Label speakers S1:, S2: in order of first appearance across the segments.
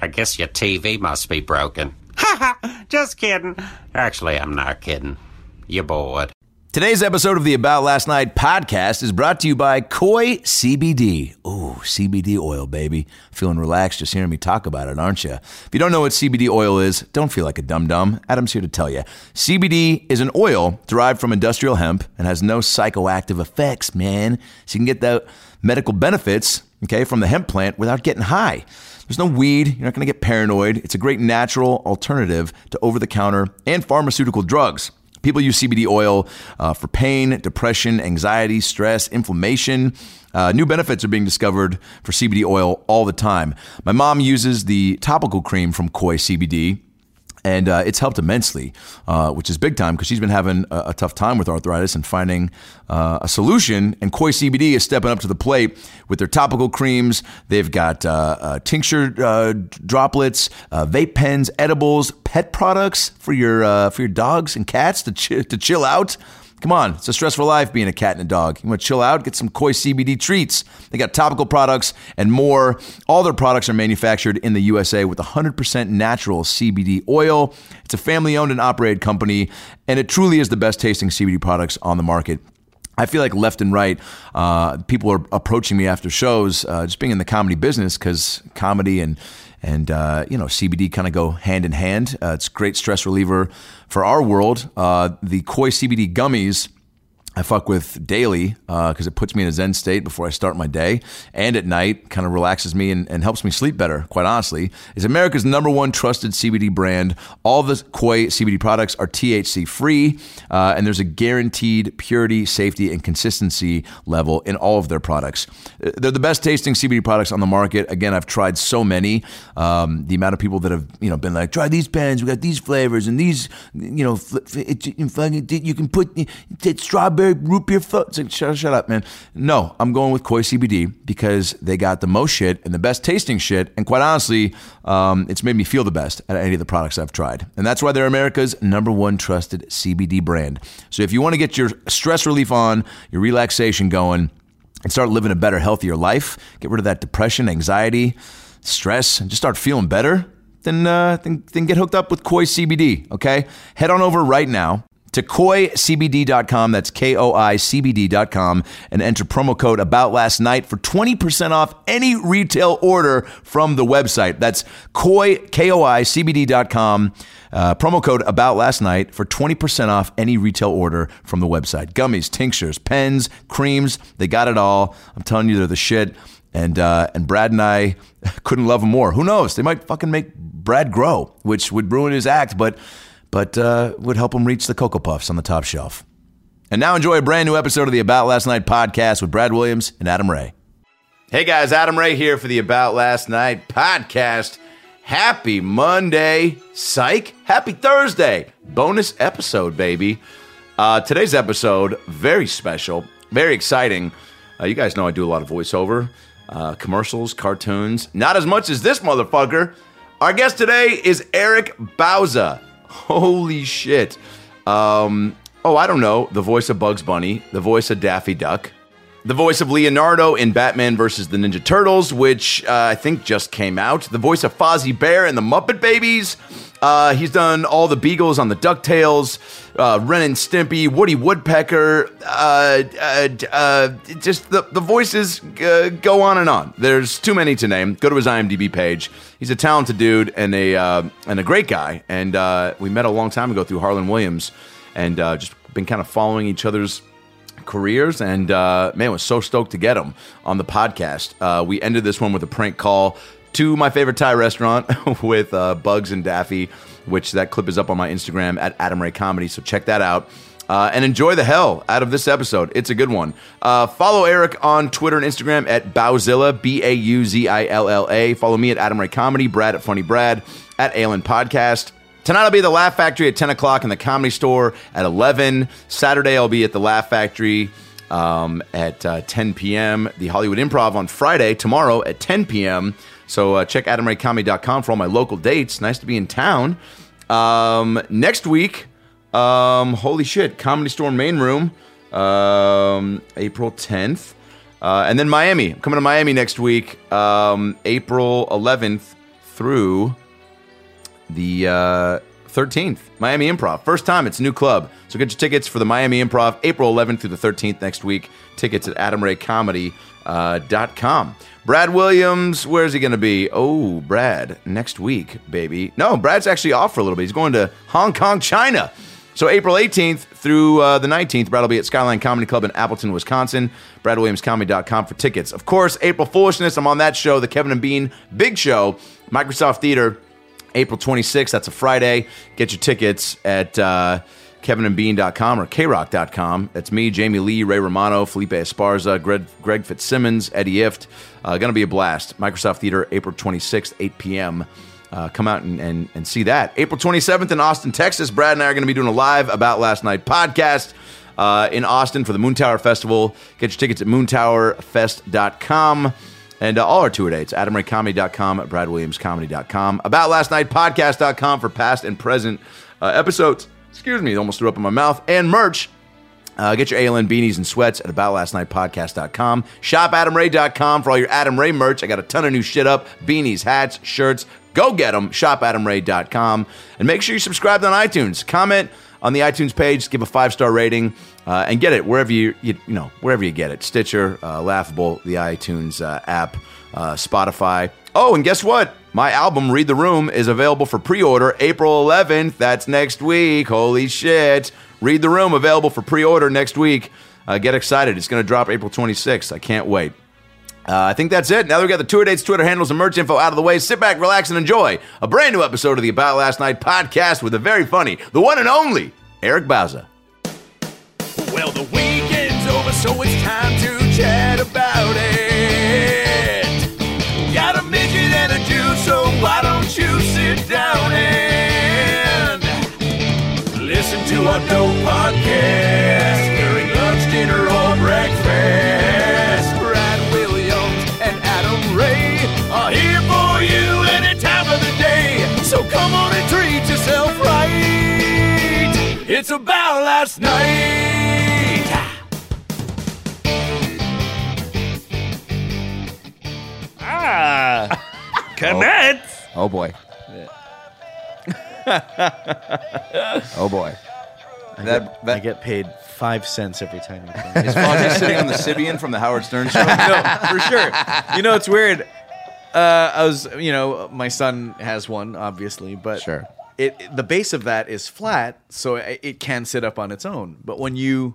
S1: I guess your TV must be broken. Ha ha! Just kidding. Actually, I'm not kidding. You're bored.
S2: Today's episode of the About Last Night podcast is brought to you by Koi CBD. Ooh, CBD oil, baby. Feeling relaxed just hearing me talk about it, aren't you? If you don't know what CBD oil is, don't feel like a dum dum. Adam's here to tell you. CBD is an oil derived from industrial hemp and has no psychoactive effects, man. So you can get the medical benefits, okay, from the hemp plant without getting high. There's no weed. You're not going to get paranoid. It's a great natural alternative to over the counter and pharmaceutical drugs. People use CBD oil uh, for pain, depression, anxiety, stress, inflammation. Uh, new benefits are being discovered for CBD oil all the time. My mom uses the topical cream from Koi CBD. And uh, it's helped immensely, uh, which is big time because she's been having a, a tough time with arthritis and finding uh, a solution. And Koi CBD is stepping up to the plate with their topical creams. They've got uh, uh, tincture uh, droplets, uh, vape pens, edibles, pet products for your uh, for your dogs and cats to chi- to chill out. Come on, it's a stressful life being a cat and a dog. You want to chill out? Get some Koi CBD treats. They got topical products and more. All their products are manufactured in the USA with 100% natural CBD oil. It's a family owned and operated company, and it truly is the best tasting CBD products on the market. I feel like left and right, uh, people are approaching me after shows, uh, just being in the comedy business because comedy and and uh, you know CBD kind of go hand in hand. Uh, it's a great stress reliever for our world. Uh, the Koi CBD gummies. I fuck with daily because it puts me in a zen state before I start my day and at night kind of relaxes me and, and helps me sleep better, quite honestly. It's America's number one trusted CBD brand. All the Koi CBD products are THC free uh, and there's a guaranteed purity, safety, and consistency level in all of their products. Uh, They're the best tasting CBD products on the market. Again, I've tried so many. Um, the amount of people that have you know been like, try these pens, we got these flavors and these, you know, fl- f- it, you fucking- you can put it's strawberry root beer. Fo-. It's like, shut, shut up, man. No, I'm going with Koi CBD because they got the most shit and the best tasting shit. And quite honestly, um, it's made me feel the best at any of the products I've tried. And that's why they're America's number one trusted CBD brand. So if you want to get your stress relief on, your relaxation going, and start living a better, healthier life, get rid of that depression, anxiety, stress, and just start feeling better, then, uh, then, then get hooked up with Koi CBD, okay? Head on over right now to koicbd.com, that's K O I C B D.com, and enter promo code about last night for 20% off any retail order from the website. That's koi, K O I C B D.com, uh, promo code about last night for 20% off any retail order from the website. Gummies, tinctures, pens, creams, they got it all. I'm telling you, they're the shit. And uh, and Brad and I couldn't love him more. Who knows? They might fucking make Brad grow, which would ruin his act, but but uh, would help him reach the Cocoa Puffs on the top shelf. And now enjoy a brand new episode of the About Last Night podcast with Brad Williams and Adam Ray. Hey guys, Adam Ray here for the About Last Night podcast. Happy Monday, psych. Happy Thursday. Bonus episode, baby. Uh, today's episode, very special, very exciting. Uh, you guys know I do a lot of voiceover, uh, commercials, cartoons. Not as much as this motherfucker. Our guest today is Eric Bauza. Holy shit. Um, oh, I don't know. The voice of Bugs Bunny, the voice of Daffy Duck, the voice of Leonardo in Batman vs. the Ninja Turtles, which uh, I think just came out. The voice of Fozzie Bear and the Muppet Babies. Uh, he's done all the Beagles on the DuckTales, uh, Ren and Stimpy, Woody Woodpecker. Uh, uh, d- uh, just the, the voices uh, go on and on. There's too many to name. Go to his IMDb page. He's a talented dude and a, uh, and a great guy. And uh, we met a long time ago through Harlan Williams and uh, just been kind of following each other's careers and uh, man was so stoked to get him on the podcast uh, we ended this one with a prank call to my favorite thai restaurant with uh, bugs and daffy which that clip is up on my instagram at adam ray comedy so check that out uh, and enjoy the hell out of this episode. It's a good one. Uh, follow Eric on Twitter and Instagram at Bowzilla, B A U Z I L L A. Follow me at Adam Ray Comedy, Brad at Funny Brad, at Alan Podcast. Tonight I'll be at the Laugh Factory at 10 o'clock in the Comedy Store at 11. Saturday I'll be at the Laugh Factory um, at uh, 10 p.m. The Hollywood Improv on Friday, tomorrow at 10 p.m. So uh, check adamraycomedy.com for all my local dates. Nice to be in town. Um, next week, um, holy shit, Comedy Store Main Room, um, April 10th. Uh, and then Miami. I'm coming to Miami next week, um, April 11th through the uh, 13th, Miami Improv. First time, it's a new club. So get your tickets for the Miami Improv, April 11th through the 13th next week. Tickets at adamraycomedy.com. Brad Williams, where's he going to be? Oh, Brad, next week, baby. No, Brad's actually off for a little bit. He's going to Hong Kong, China. So April 18th through uh, the 19th, Brad will be at Skyline Comedy Club in Appleton, Wisconsin. BradWilliamsComedy.com for tickets. Of course, April Foolishness, I'm on that show, the Kevin and Bean Big Show, Microsoft Theater. April 26th. That's a Friday. Get your tickets at uh, kevinandbean.com or krock.com. That's me, Jamie Lee, Ray Romano, Felipe Esparza, Greg, Greg Fitzsimmons, Eddie Ift. Uh, Going to be a blast. Microsoft Theater, April 26th, 8 p.m. Uh, come out and, and, and see that. April 27th in Austin, Texas, Brad and I are going to be doing a live About Last Night podcast uh, in Austin for the Moon Tower Festival. Get your tickets at moontowerfest.com. And uh, all our tour dates, adamraycomedy.com, bradwilliamscomedy.com, aboutlastnightpodcast.com for past and present uh, episodes. Excuse me, almost threw up in my mouth. And merch. Uh, get your ALN beanies and sweats at aboutlastnightpodcast.com. ShopAdamRay.com for all your Adam Ray merch. I got a ton of new shit up beanies, hats, shirts. Go get them. ShopAdamRay.com. And make sure you subscribe on iTunes. Comment on the iTunes page, give a five star rating, uh, and get it wherever you, you you know wherever you get it. Stitcher, uh, Laughable, the iTunes uh, app, uh, Spotify. Oh, and guess what? My album Read the Room is available for pre-order April 11th. That's next week. Holy shit! Read the Room available for pre-order next week. Uh, get excited! It's going to drop April 26th. I can't wait. Uh, I think that's it. Now that we got the tour dates, Twitter handles, and merch info out of the way, sit back, relax, and enjoy a brand new episode of the About Last Night podcast with the very funny, the one and only Eric Bauza. Well, the weekend's over, so it's time to chat about it. Got a midget and a Jew, so why don't you sit down and listen to our dope podcast during lunch, dinner, or breakfast. Brad Williams and Adam Ray are here for you any time of the day. So come on and treat yourself right. It's about last night.
S3: Ah, commit.
S2: Oh boy. oh boy. That,
S3: I
S2: that
S3: get paid five cents every time. You play.
S2: is Fonzie sitting on the Sibian from the Howard Stern show.
S3: no, for sure. You know, it's weird. Uh, I was, you know, my son has one, obviously, but
S2: Sure.
S3: It it- the base of that is flat, so it, it can sit up on its own. But when you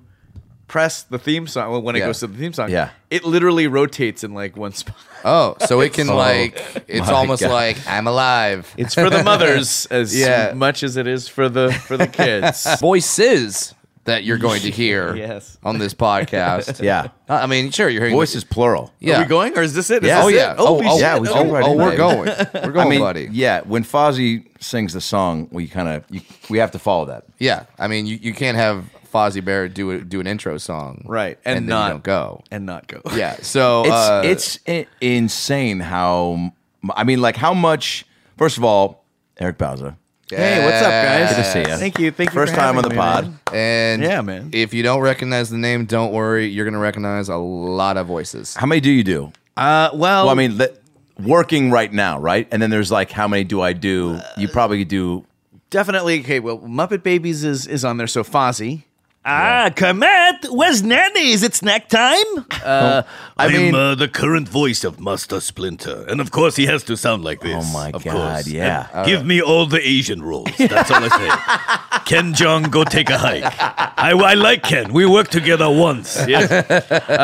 S3: press the theme song, well, when it
S4: Yeah.
S3: goes to the theme song,
S2: Yeah.
S3: it literally rotates in like one spot.
S4: Oh, so it can like it's
S2: my
S4: almost
S2: God.
S4: like I'm alive.
S3: It's for the mothers as
S4: Yeah.
S3: much as it is for the for the kids.
S4: voices that you're going to hear
S3: Yes.
S4: on this podcast.
S2: Yeah.
S4: Uh, I mean, sure, you're hearing
S2: Voices plural.
S4: Yeah.
S3: Are we going or is this it? Is
S2: Yeah.
S3: this
S4: Oh
S3: it?
S4: yeah. Oh,
S3: Holy
S4: oh,
S3: shit.
S2: yeah, we
S4: oh,
S2: jumped right
S4: oh,
S2: in
S4: we're
S2: there.
S4: going. We're going,
S2: I mean,
S4: buddy.
S2: yeah. When Fozzy sings the song, we kind of you, we have to follow that.
S4: Yeah. I mean, you, you can't have Fozzie Bear do a, do an intro song,
S3: Right, and
S4: then
S3: not-
S4: you don't go.
S3: and not go.
S4: Yeah. So
S2: It's
S4: uh,
S2: it's i- insane how m- I mean, like how much. First of all, Eric Bowser,
S3: Hey, what's up, guys?
S2: Good to see ya.
S3: Thank you. Thank you.
S2: first
S3: for
S2: time on
S3: having
S2: the
S3: me,
S2: pod.
S3: man.
S4: And
S3: Yeah, man.
S4: If you don't recognize the name, don't worry. You're gonna recognize a lot of voices.
S2: How many do you do?
S3: Uh, well,
S2: Well,
S4: Oh.
S2: I mean, let, working right now, right? And then there's like, how many do I do? You probably do.
S3: Definitely. Okay. Well, Muppet Babies is is on there. So Fozzie.
S5: Ah, Kermit, where's Nanny? Is it snack time? Uh, I am
S2: mean-
S5: uh, the current voice of Master Splinter, and of course he has to sound like this.
S2: Oh my
S5: of
S2: God,
S5: course.
S2: yeah.
S5: And give me all the Asian roles. That's all I say. Ken Jong, go take a hike. I, I like Ken. We worked together once. Yes.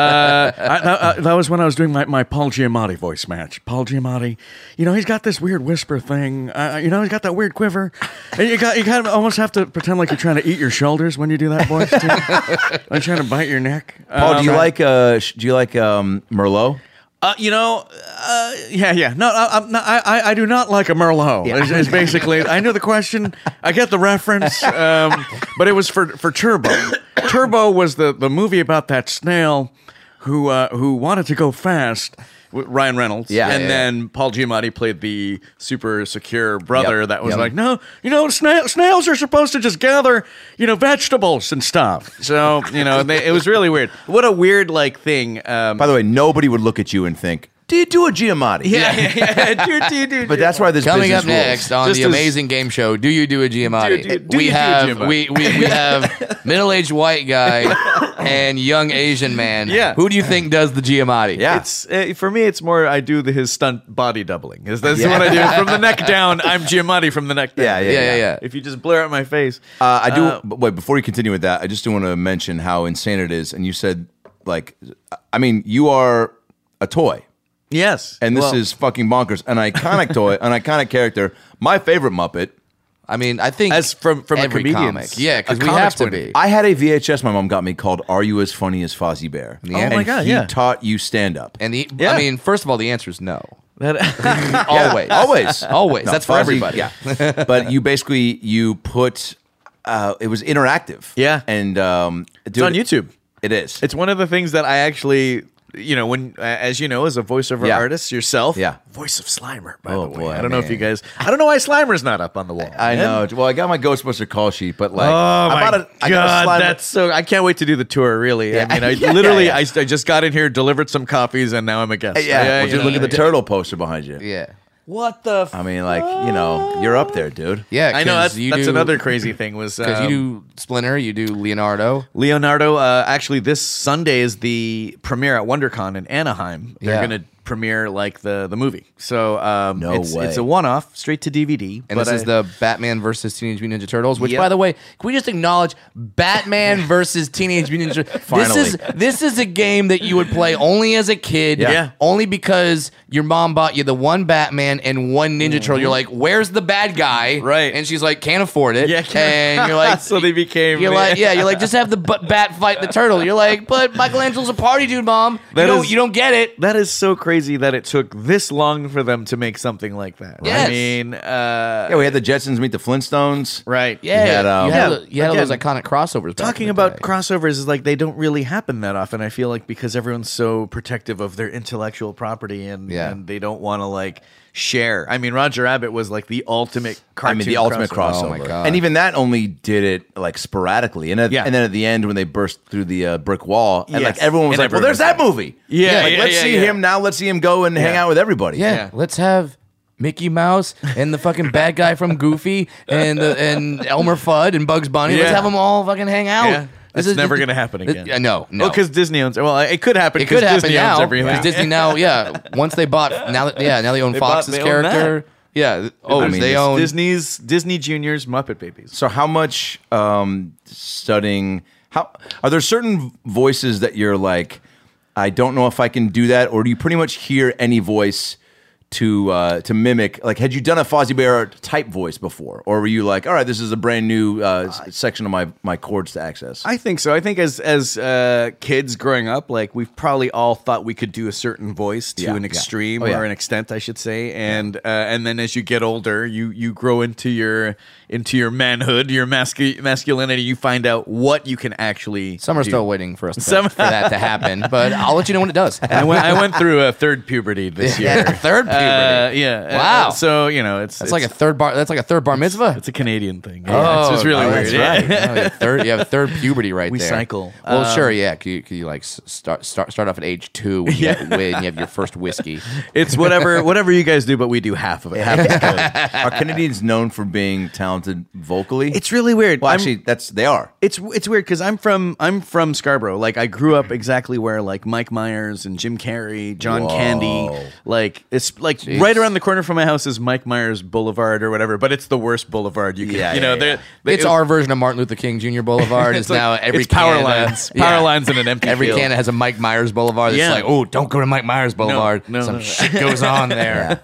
S6: I, that, uh, that was when I was doing my, my Paul Giamatti voice match. Paul Giamatti, you know, he's got this weird whisper thing. Uh, you know, he's got that weird quiver, and you got you kind of almost have to pretend like you're trying to eat your shoulders when you do that voice. supposed to? I'm trying to bite your neck.
S2: Paul, do you
S6: Um,
S2: like uh, sh- do you like um, Merlot?
S6: Uh, you know, uh, yeah, yeah. No, I, I'm not- I, I, I do not like a Merlot. Is, is basically, I knew the question. I get the reference, um, but it was for for Turbo. Turbo was the, the movie about that snail who uh, who wanted to go fast. with Ryan Reynolds,
S4: Yeah,
S6: and
S4: yeah, yeah.
S6: then Paul Giamatti played the super secure brother
S4: Yep,
S6: that was
S4: yep.
S6: like, no, you know, snail, snails are supposed to just gather, you know, vegetables and stuff. So you know, they, it was really weird. What a weird like thing. Um,
S2: By the way, nobody would look at you and think, "Do you do a Giamatti?"
S6: yeah, yeah, yeah. Dude, dude, dude.
S2: But that's why this
S4: Coming
S2: business
S4: up next
S2: rules.
S4: on
S6: Just
S4: the
S6: as-
S4: amazing game show, do you do a Giamatti?
S6: Do- do- do
S4: we
S6: you do a
S4: have
S6: Giamatti?
S4: we we, we have middle aged white guy and young Asian man.
S6: Yeah.
S4: Who do you think does the Giamatti?
S2: Yeah.
S3: It's uh, for me. It's more I do the, his stunt body doubling. Is that's what I do from the neck down? I'm Giamatti from the neck down.
S2: Yeah, yeah,
S4: Yeah, yeah, yeah.
S3: If you just blur out my face,
S2: Uh, I do.
S4: Oh.
S2: but wait, before you continue with that, I just do want to mention how insane it is. And you said, like, I mean, you are a toy,
S3: yes.
S2: and this
S3: Well,
S2: is fucking bonkers. An iconic toy, an iconic character. My favorite Muppet.
S4: I mean, I think
S3: As from- from a
S4: every
S3: comedian's-
S4: comic. Yeah, because
S3: a
S4: we
S3: comic's
S4: have to
S3: point of
S4: be.
S2: I had a VHS my mom got me called "Are You as Funny as Fozzie Bear?"
S4: Oh my
S2: And
S3: God,
S2: He
S3: yeah.
S2: taught you stand up.
S4: And the I
S3: Yeah.
S4: mean, first of all, the answer is no.
S3: that,
S4: Always.
S2: always,
S4: Always. That's for
S2: Fozzie-
S4: everybody.
S2: Yeah, but you basically you put uh, it was interactive.
S3: Yeah.
S2: and um,
S3: it's on YouTube.
S2: It is.
S3: It's one of the things that I actually, you know, when as you know, as a voiceover
S2: Yeah.
S3: artist yourself,
S2: Yeah.
S3: voice of Slimer. By
S2: Oh,
S3: the way,
S2: boy,
S3: I don't know if
S2: man.
S3: you guys, I don't know why Slimer's not up on the wall.
S2: I know. Well, I got my Ghostbuster call sheet, but like,
S3: Oh
S2: I
S3: my
S2: bought a, I got a
S3: god,
S2: slide-
S3: that's so! I can't wait to do the tour. Really,
S2: Yeah.
S3: I mean, I
S2: Yeah,
S3: literally,
S2: yeah,
S3: I, I just got in here, delivered some copies, and now I'm a guest.
S2: yeah. well,
S3: you
S2: dude,
S3: know.
S2: look at the turtle poster behind you.
S4: Yeah.
S3: What the?
S2: I mean, like, you know, you're up there, dude.
S4: Yeah.
S3: I know
S4: 'cause
S3: that's,
S4: you
S3: that's
S4: do-
S3: another crazy thing was
S4: Because
S3: um,
S4: you do Splinter, you do Leonardo.
S3: Leonardo. Uh, actually, this Sunday is the premiere at WonderCon in Anaheim. They're
S4: Yeah.
S3: gonna premiere like the the movie. So um,
S2: No
S3: it's,
S2: way.
S3: it's a one off, straight to DVD.
S4: And this is the Batman versus Teenage Mutant Ninja Turtles, which,
S3: Yep.
S4: by the way, can we just acknowledge Batman versus Teenage Mutant Ninja Turtles? This is this is a game that you would play only as a kid,
S3: Yeah. Yeah.
S4: only because your mom bought you the one Batman and one Ninja Turtle. You're like, "Where's the bad guy?"
S3: Right.
S4: and she's like, "Can't afford it."
S3: Yeah, can't-
S4: and you're like,
S3: So they became-
S4: You're like, yeah, you're like, just have the b- bat fight the turtle. You're like, but Michelangelo's a party dude, mom.
S3: That
S4: you, don't,
S3: is-
S4: you don't get it.
S3: that is so crazy that it took this long for them to make something like that.
S4: Yes.
S3: I mean, uh,
S2: Yeah, we had the Jetsons meet the Flintstones.
S3: right?
S4: Yeah,
S2: had, um,
S4: you had,
S3: Yeah,
S4: all the- you had all
S3: again,
S4: those iconic crossovers. back in
S3: talking
S4: the
S3: about
S4: day.
S3: crossovers is like they don't really happen that often. I feel like because everyone's so protective of their intellectual property and,
S4: Yeah.
S3: and they don't want to like share. I mean, Roger Rabbit was like the ultimate
S2: I
S3: cartoon.
S2: mean, the ultimate crossover.
S4: Oh my God.
S2: And even that only did it like sporadically. And, at,
S3: Yeah.
S2: and then at the end, when they burst through the uh, brick wall, and like
S3: Yes.
S2: everyone was
S3: And
S2: like, well,
S3: everyone
S2: there's
S3: was
S2: that
S3: like-
S2: movie.
S3: Yeah,
S2: Like,
S3: yeah,
S2: let's
S3: yeah,
S2: see
S3: yeah.
S2: him now. Let's see him go and hang
S3: Yeah.
S2: out with everybody.
S4: Yeah, let's have Mickey Mouse and the fucking bad guy from Goofy and the, and Elmer Fudd and Bugs Bunny. Let's
S3: Yeah.
S4: have them all fucking hang out.
S3: Yeah.
S4: This
S3: That's
S4: is-
S3: never
S4: this-
S3: going to happen
S4: this-
S3: again.
S4: yeah, no, no.
S3: Oh, because Disney owns. Well, it could happen.
S4: it could
S3: 'cause
S4: happen
S3: Disney
S4: now.
S3: Owns
S4: 'cause
S3: everything.
S4: Disney now, yeah. Once they bought now, that, yeah, now they own
S3: They bought-
S4: Fox's
S3: they own that.
S4: character. yeah. Oh,
S2: I mean,
S4: they
S2: it's
S4: own
S3: Disney's Disney Junior's Muppet Babies.
S2: So how much um, studying? How are there certain voices that you're like? I don't know if I can do that, or do you pretty much hear any voice to uh, to mimic? Like, had you done a Fozzie Bear type voice before, or were you like, all right, this is a brand new uh, s- section of my my chords to access?
S3: I think so. I think as as uh, kids growing up, like we've probably all thought we could do a certain voice to
S2: Yeah,
S3: an
S2: yeah.
S3: extreme
S2: Oh, yeah.
S3: or an extent, I should say. And uh, and then as you get older, you you grow into your into your manhood, your mascu- masculinity. You find out what you can actually.
S4: Some are
S3: do.
S4: still waiting for us to,
S3: Some-
S4: for that to happen, but I'll let you know when it does.
S3: I went, I went through a third puberty this year.
S4: third puberty.
S3: Uh, yeah. Uh,
S4: Wow.
S3: so you know, it's
S4: that's like a third bar. That's like a third bar mitzvah.
S3: it's a Canadian thing.
S4: Oh,
S3: Yeah, it's just really
S4: no,
S3: weird.
S4: That's
S3: Yeah.
S4: right. No, you have third, you have third puberty right
S3: We
S4: there.
S3: cycle.
S6: Uh,
S4: Well,
S3: Um,
S4: sure, yeah. 'cause You, 'cause you like s- start start start off at age two when you, have, when you have your first whiskey.
S3: It's whatever whatever you guys do, but we do half of it. Half is good.
S2: Are Canadians known for being talented vocally?
S3: It's really weird.
S2: well,
S3: I'm-
S2: actually, that's they are.
S3: it's it's weird because I'm from I'm from Scarborough. Like I grew up exactly where like Mike Myers and Jim Carrey, John Candy, like it's
S7: like right around the corner from my house is Mike Myers Boulevard or whatever, but it's the worst boulevard you can.
S2: Yeah,
S7: you
S2: yeah,
S7: know,
S2: yeah.
S7: they're- they-
S4: it's our version of Martin Luther King Jr. Boulevard. It's,
S7: like-
S4: now every
S7: it's power
S4: Canada-
S7: lines,
S4: Yeah.
S7: power lines, and an empty.
S4: Every
S7: field.
S4: Canada has a Mike Myers Boulevard. It's
S7: Yeah.
S4: like, oh, don't go to Mike Myers Boulevard.
S7: no,
S4: Some
S7: no.
S4: shit goes on there.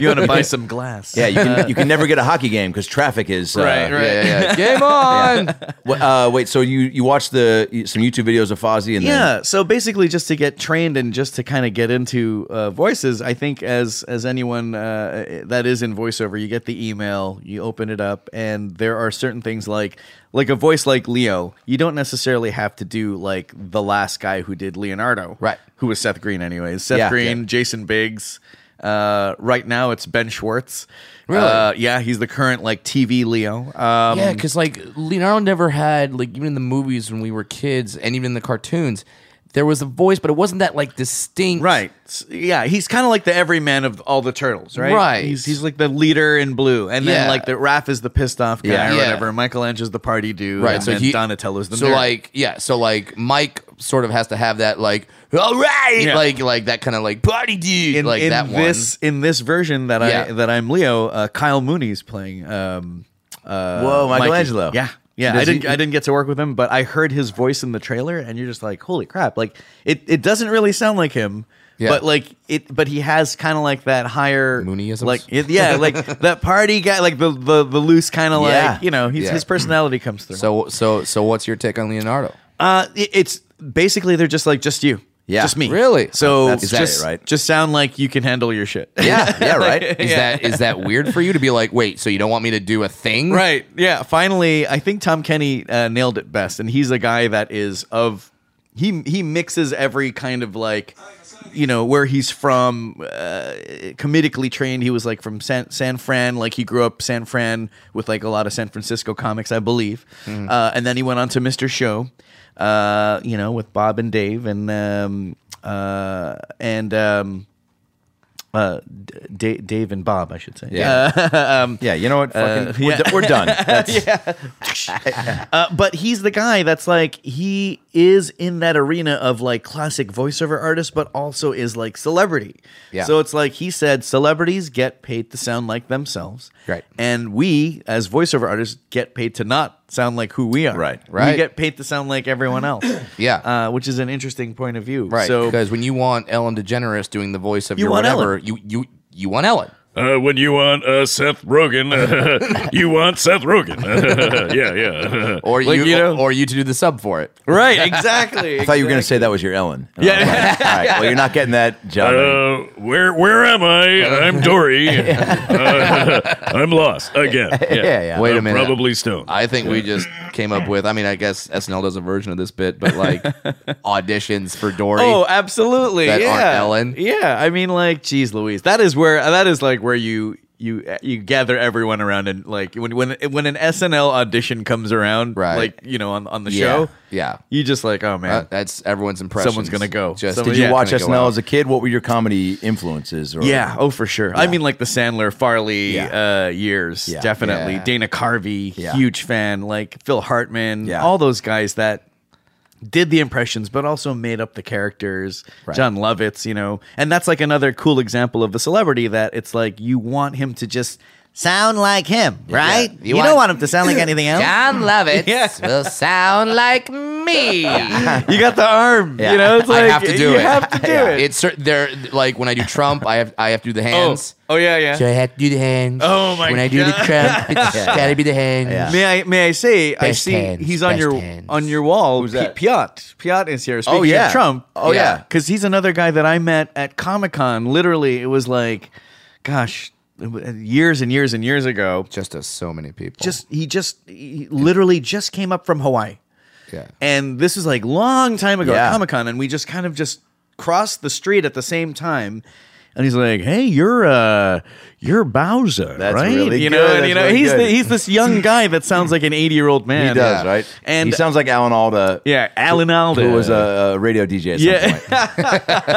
S7: You want to buy some glass?
S2: Yeah, you can, you can never get a hockey game because traffic is uh,
S7: Right, right.
S4: Yeah, yeah, yeah. Game on.
S2: Wha- uh, wait, so you you watched the some YouTube videos of Fozzy and then,
S7: Yeah, so basically, just to get trained and just to kind of get into uh, voices, I think as as anyone uh, that is in voiceover, you get the email, you open it up, and there are certain things like like a voice like Leo, you don't necessarily have to do like the last guy who did Leonardo,
S4: Right.
S7: Who was Seth Green, anyways? Seth
S2: Yeah.
S7: Green,
S2: Yeah.
S7: Jason Biggs. Uh, right now, it's Ben Schwartz.
S4: Really?
S7: Uh, yeah, he's the current like TV Leo. Um,
S4: yeah, because like Leonardo never had like even in the movies when we were kids, and even in the cartoons, there was a voice, but it wasn't that like distinct.
S7: Right. S- Yeah, he's kind of like the everyman of all the turtles, right?
S4: Right.
S7: He's, he's like the leader in blue, and then
S4: Yeah.
S7: like the Raph is the pissed off guy
S2: Yeah.
S7: or
S4: Yeah.
S7: whatever. Michelangelo's the party dude,
S4: Right.
S7: And
S4: so
S7: then
S4: he
S7: Donatello's the
S4: so
S7: nerd.
S4: like yeah. So like Mike sort of has to have that like all right,
S7: Yeah.
S4: like like that kind of like party dude,
S7: in,
S4: like
S7: in
S4: that
S7: this in this version that
S4: Yeah.
S7: I that I'm Leo, uh, Kyle Mooney's playing. Um, uh,
S2: Whoa,
S7: Mikey.
S2: Michelangelo.
S7: Yeah. Yeah,
S2: Does
S7: I didn't.
S2: he-
S7: I didn't get to work with him, but I heard his voice in the trailer, and you're just like, "Holy crap!" Like it, it doesn't really sound like him,
S4: Yeah.
S7: but like it, but he has kind of like that higher
S4: Mooneyisms?
S7: like it, yeah, like that party guy, like the the, the loose kind of
S2: Yeah.
S7: like you know, he's,
S4: Yeah.
S7: his personality comes through.
S4: one. So so so what's your take on Leonardo?
S7: Uh, i- it's basically they're just like just you.
S2: Yeah.
S7: Just me.
S4: Really?
S7: So
S2: That's- is that
S7: just,
S2: it, right?
S7: just sound like you can handle your shit.
S2: yeah, yeah, right.
S4: Is that is that weird for you to be like, wait, so you don't want me to do a thing?
S7: Right. Yeah. Finally, I think Tom Kenny uh, nailed it best, and he's a guy that is of he he mixes every kind of like you know where he's from uh, comedically trained he was like from san, san fran like he grew up san fran with like a lot of san francisco comics i believe uh, and then he went on to mr show uh, you know with bob and dave and um, uh, and um, uh, D- dave and bob i should say
S2: Yeah,
S7: um,
S2: yeah. You know what? Fucking, we're, do- we're done. That's,
S7: Uh, but he's the guy that's like he is in that arena of like classic voiceover artist, but also is like celebrity.
S4: Yeah.
S7: So it's like he said, celebrities get paid to sound like themselves,
S4: Right.
S7: And we as voiceover artists get paid to not sound like who we are,
S2: Right.
S4: Right.
S7: We get paid to sound like everyone else,
S4: Yeah.
S7: Uh, which is an interesting point of view,
S4: Right.
S7: So
S4: because when you want Ellen DeGeneres doing the voice of
S7: You
S4: your
S7: want
S4: whatever,
S7: Ellen.
S4: you you you want Ellen.
S5: Uh, when you want uh, Seth Rogen, you want Seth Rogen. yeah, yeah.
S4: Or
S7: Like,
S4: you,
S7: you know-
S4: or you to do the sub for it.
S7: right, exactly.
S2: I thought you were going to say that was your Ellen. And I was like, All right. Well, you're not getting that job.
S5: Uh, where where am I? I'm Dory. Uh, I'm lost again. Yeah,
S2: yeah.
S4: Wait a
S5: I'm
S4: minute.
S5: Probably stoned.
S4: I think we just came up with. I mean, I guess SNL does a version of this bit, but like auditions for Dory.
S7: Oh, absolutely.
S4: that
S7: yeah.
S4: aren't Ellen.
S7: Yeah. I mean, like, geez, Louise, that is where that is like where you you you gather everyone around and like when when when an SNL audition comes around,
S4: Right.
S7: Like you know on on the
S4: Yeah,
S7: show,
S4: yeah.
S7: You just like, oh man,
S4: Uh, that's everyone's impression.
S7: gonna go.
S4: Just
S7: Someone-
S2: Did you
S7: Yeah,
S2: watch
S4: gonna go
S2: SNL
S4: out.
S2: as a kid? What were your comedy influences? Or,
S7: yeah, oh for sure. I mean, like the Sandler Farley
S2: Yeah.
S7: uh, years,
S2: Yeah.
S7: definitely.
S4: Yeah.
S7: Dana Carvey,
S2: Yeah.
S7: huge fan. Like Phil Hartman,
S2: Yeah.
S7: all those guys that did the impressions, but also made up the characters. John Lovitz, you know, and that's like another cool example of a celebrity that it's like you want him to just sound like him, right?
S4: You
S7: You, don't
S4: want-
S7: want him to sound like anything else.
S4: John Lovitz will sound like me.
S7: You got the arm,
S2: Yeah.
S7: you know. It's like
S4: I have to do
S7: you
S4: it.
S7: have to do it.
S4: It's cer- there. Like when I do Trump, I have I have to do the hands.
S7: oh yeah, yeah.
S4: So I have to do the hands.
S7: Oh, my
S4: When I do the
S7: God.
S4: Trump, it's gotta be the hands.
S2: Yeah.
S7: May I may I say I
S4: Best
S7: see
S4: hands,
S7: he's on
S4: best
S7: your
S4: hands.
S7: on your wall. Who's
S2: that?
S7: Piot. Piot is here. Speaking
S2: Oh yeah.
S7: of Trump.
S2: Oh
S4: Yeah.
S2: yeah.
S7: because he's another guy that I met at Comic Con. Literally, it was like, gosh, it wa- years and years and years ago.
S4: Just to so many people.
S7: Just he just he literally just came up from Hawaii,
S4: yeah.
S7: and this is like long time ago
S2: Yeah.
S7: at Comic Con, and we just kind of just crossed the street at the same time. And he's like, "Hey, you're uh, you're Bowser,
S2: That's
S7: right?
S2: really
S7: you
S2: good.
S7: know, and
S2: That's
S7: you know,
S2: really
S7: he's
S2: good.
S7: the, he's this young guy that sounds like an eighty year old man.
S2: He does right.
S7: And
S2: he sounds like Alan Alda.
S7: yeah, Alan Alda
S2: Who was a, a radio DJ at some
S7: Yeah.
S2: point.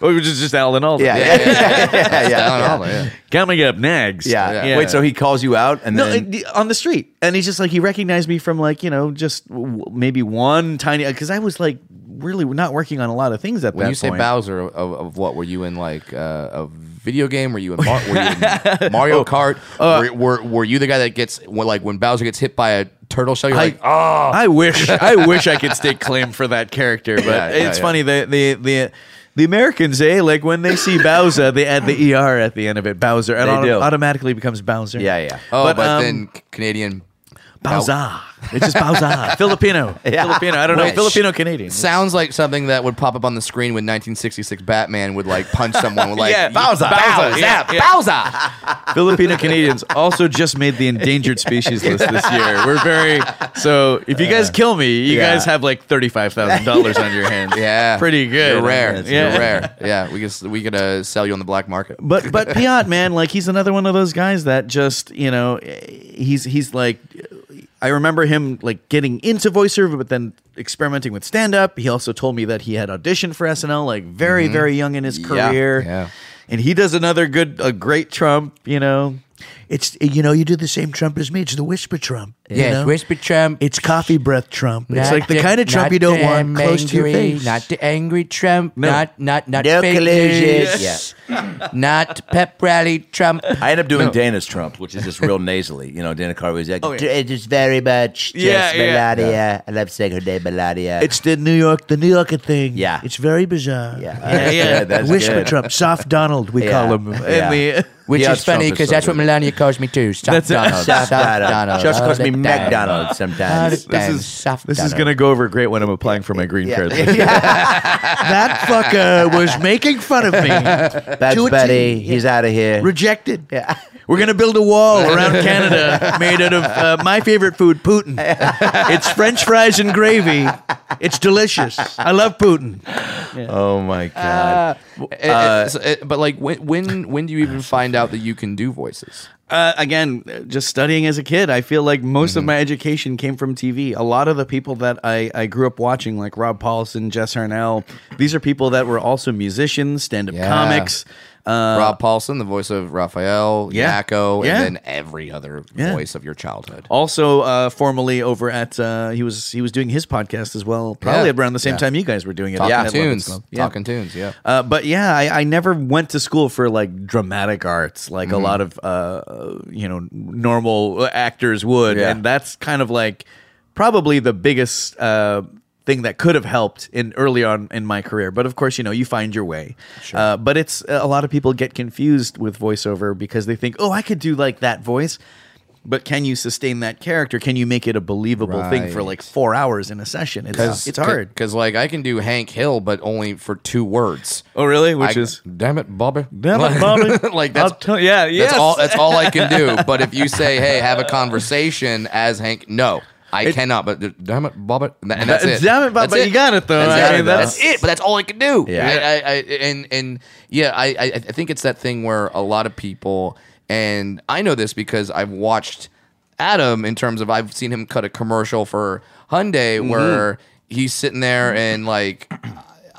S7: which is just Alan Alda.
S2: Yeah. Yeah. Yeah. yeah, yeah.
S4: Alan Alda, yeah.
S7: coming up next.
S2: Yeah. Wait, so he calls you out and
S7: no
S2: then
S7: it- on the street, and he's just like he recognized me from like you know just w- maybe one tiny because I was like really not working on a lot of things at
S4: When
S7: that
S4: you say
S7: point.
S4: Bowser, of, of what were you in like uh, a video game? Were you in, Mar- were you in
S7: Oh.
S4: Mario Kart?
S7: Uh.
S4: were, were, were you the guy that gets when, like when Bowser gets hit by a turtle shell? You're like, oh,
S7: I wish I wish I could stake claim for that character, but
S4: Yeah, yeah,
S7: it's
S4: yeah.
S7: funny the the the the Americans, eh? Like when they see Bowser, they add the er at the end of it. Bowser, and
S3: They
S7: auto-
S3: do.
S7: automatically becomes Bowser.
S3: Yeah, yeah.
S4: oh but,
S7: but, um,
S4: then C- Canadian
S7: Bowser. It's just Bowser. Filipino. Filipino. I don't know.
S4: Which-
S7: Filipino Canadian.
S4: sounds like something that would pop up on the screen when 1966 Batman would like punch someone with like
S7: Yeah,
S4: you-
S7: Bowser.
S4: Bowser, yeah, Bowser.
S7: Filipino Canadians also just made the endangered species list this year. We're very so. If you guys kill me, you
S4: Yeah.
S7: guys have like thirty five thousand dollars on your hands.
S4: Yeah,
S7: Pretty good.
S4: You're rare.
S7: Yeah.
S4: You're rare. Yeah, we could we could uh, sell you on the black market.
S7: But but Piat man, like he's another one of those guys that just you know, he's he's like, I remember him like getting into voiceover, but then experimenting with stand up. He also told me that he had auditioned for SNL like very
S2: Mm-hmm.
S7: very young in his
S4: Yeah,
S7: career.
S4: yeah.
S7: And he does another good, a great Trump. You know, it's you know you do the same Trump as me. It's the whisper Trump. you know?
S4: Trump.
S7: It's coffee breath Trump. It's like the, kind of Trump you don't want close to your face.
S4: the angry Trump.
S7: No.
S4: not
S7: not-
S2: No fake collusion. news,
S4: Not pep rally Trump.
S2: I end up doing Dana's Trump, which is just real nasally. You know, Dana Carvey's like, oh, yeah. just very much. Just
S7: Yeah, yeah.
S2: Melania. I love saying her name, Melania.
S7: It's the New York, the New Yorker thing.
S2: Yeah.
S7: it's very bizarre.
S2: Yeah.
S7: yeah,
S2: That's
S7: yeah.
S2: good, that's
S7: Whisper
S2: good.
S7: Trump, soft Donald, we
S2: Yeah.
S7: call him.
S2: Yeah.
S7: And the-
S4: Which
S2: Yeah,
S4: is funny
S2: Trump is
S4: because
S2: so
S4: that's what
S2: good.
S4: Melania calls me too. Soft Donald.
S2: Soft Donald. Just
S4: all
S2: calls
S4: the
S2: me
S4: time.
S2: McDonald
S4: All the
S2: sometimes.
S4: time,
S7: is-
S4: soft
S7: this is
S4: Donald.
S7: going to go over great when I'm applying for my green card.
S3: That fucker was making fun of me.
S2: Bugs
S3: Do it to-
S2: Bunny, he's out of here.
S3: Rejected.
S2: Yeah.
S7: We're going to build a wall around Canada made out of uh, my favorite food, Putin. It's French fries and gravy. It's delicious. I love Putin.
S2: Oh my
S7: Ah.
S2: god!
S4: It- it- Uh,
S7: Uh,
S4: so, it- but like, when when when do you even find out that you can do voices?
S7: uh, again, just studying as a kid, I feel like most
S2: Mm-hmm.
S7: of my education came from TV. A lot of the people that I, I grew up watching, like Rob Paulson, Jess Harnell, these are people that were also musicians, stand up
S4: Yeah.
S7: comics. Uh,
S4: Rob Paulson, the voice of Raphael,
S7: Yeah.
S4: Yakko,
S7: Yeah.
S4: and then every other
S7: Yeah.
S4: voice of your childhood.
S7: also, uh, formerly over at uh, he was he was doing his podcast as well, probably
S4: Yeah.
S7: around the same
S4: Yeah.
S7: time you guys were doing it.
S4: Talking
S7: at Love
S4: tunes,
S7: It's Club. Yeah.
S4: talking tunes. Yeah.
S7: Uh, but yeah, I, I never went to school for like dramatic arts, like a lot of uh, you know normal actors would,
S2: Yeah.
S7: and that's kind of like probably the biggest uh, thing that could have helped in early on in my career. But of course, you know, you find your way. Uh, but it's a lot of people get confused with voiceover because they think, oh, I could do like that voice. But can you sustain that character? Can you make it a believable thing for
S4: Right.
S7: like four hours in a session? It's, it's hard.
S4: because like I can do Hank Hill, but only for two words.
S7: Oh, really? Which
S4: I-
S7: is
S4: damn it, Bobby.
S7: Damn it, Bobby.
S4: like that's
S7: I'll tell- yeah,
S4: That's
S7: yes.
S4: all. That's all I can do. But if you say, "Hey, have a conversation," as Hank, no, I cannot. But th- damn it, Bobby, and tha- and that's it.
S7: Damn it, Bobby,
S4: That's
S7: you got it, though.
S4: That's,
S7: I
S4: it.
S7: mean,
S4: That's
S7: that's-
S4: it, But that's all I can do.
S2: Yeah.
S4: I, I, I, and and yeah, I, I I think it's that thing where a lot of people, and I know this because I've watched Adam in terms of I've seen him cut a commercial for Hyundai
S7: Mm-hmm.
S4: where he's sitting there and like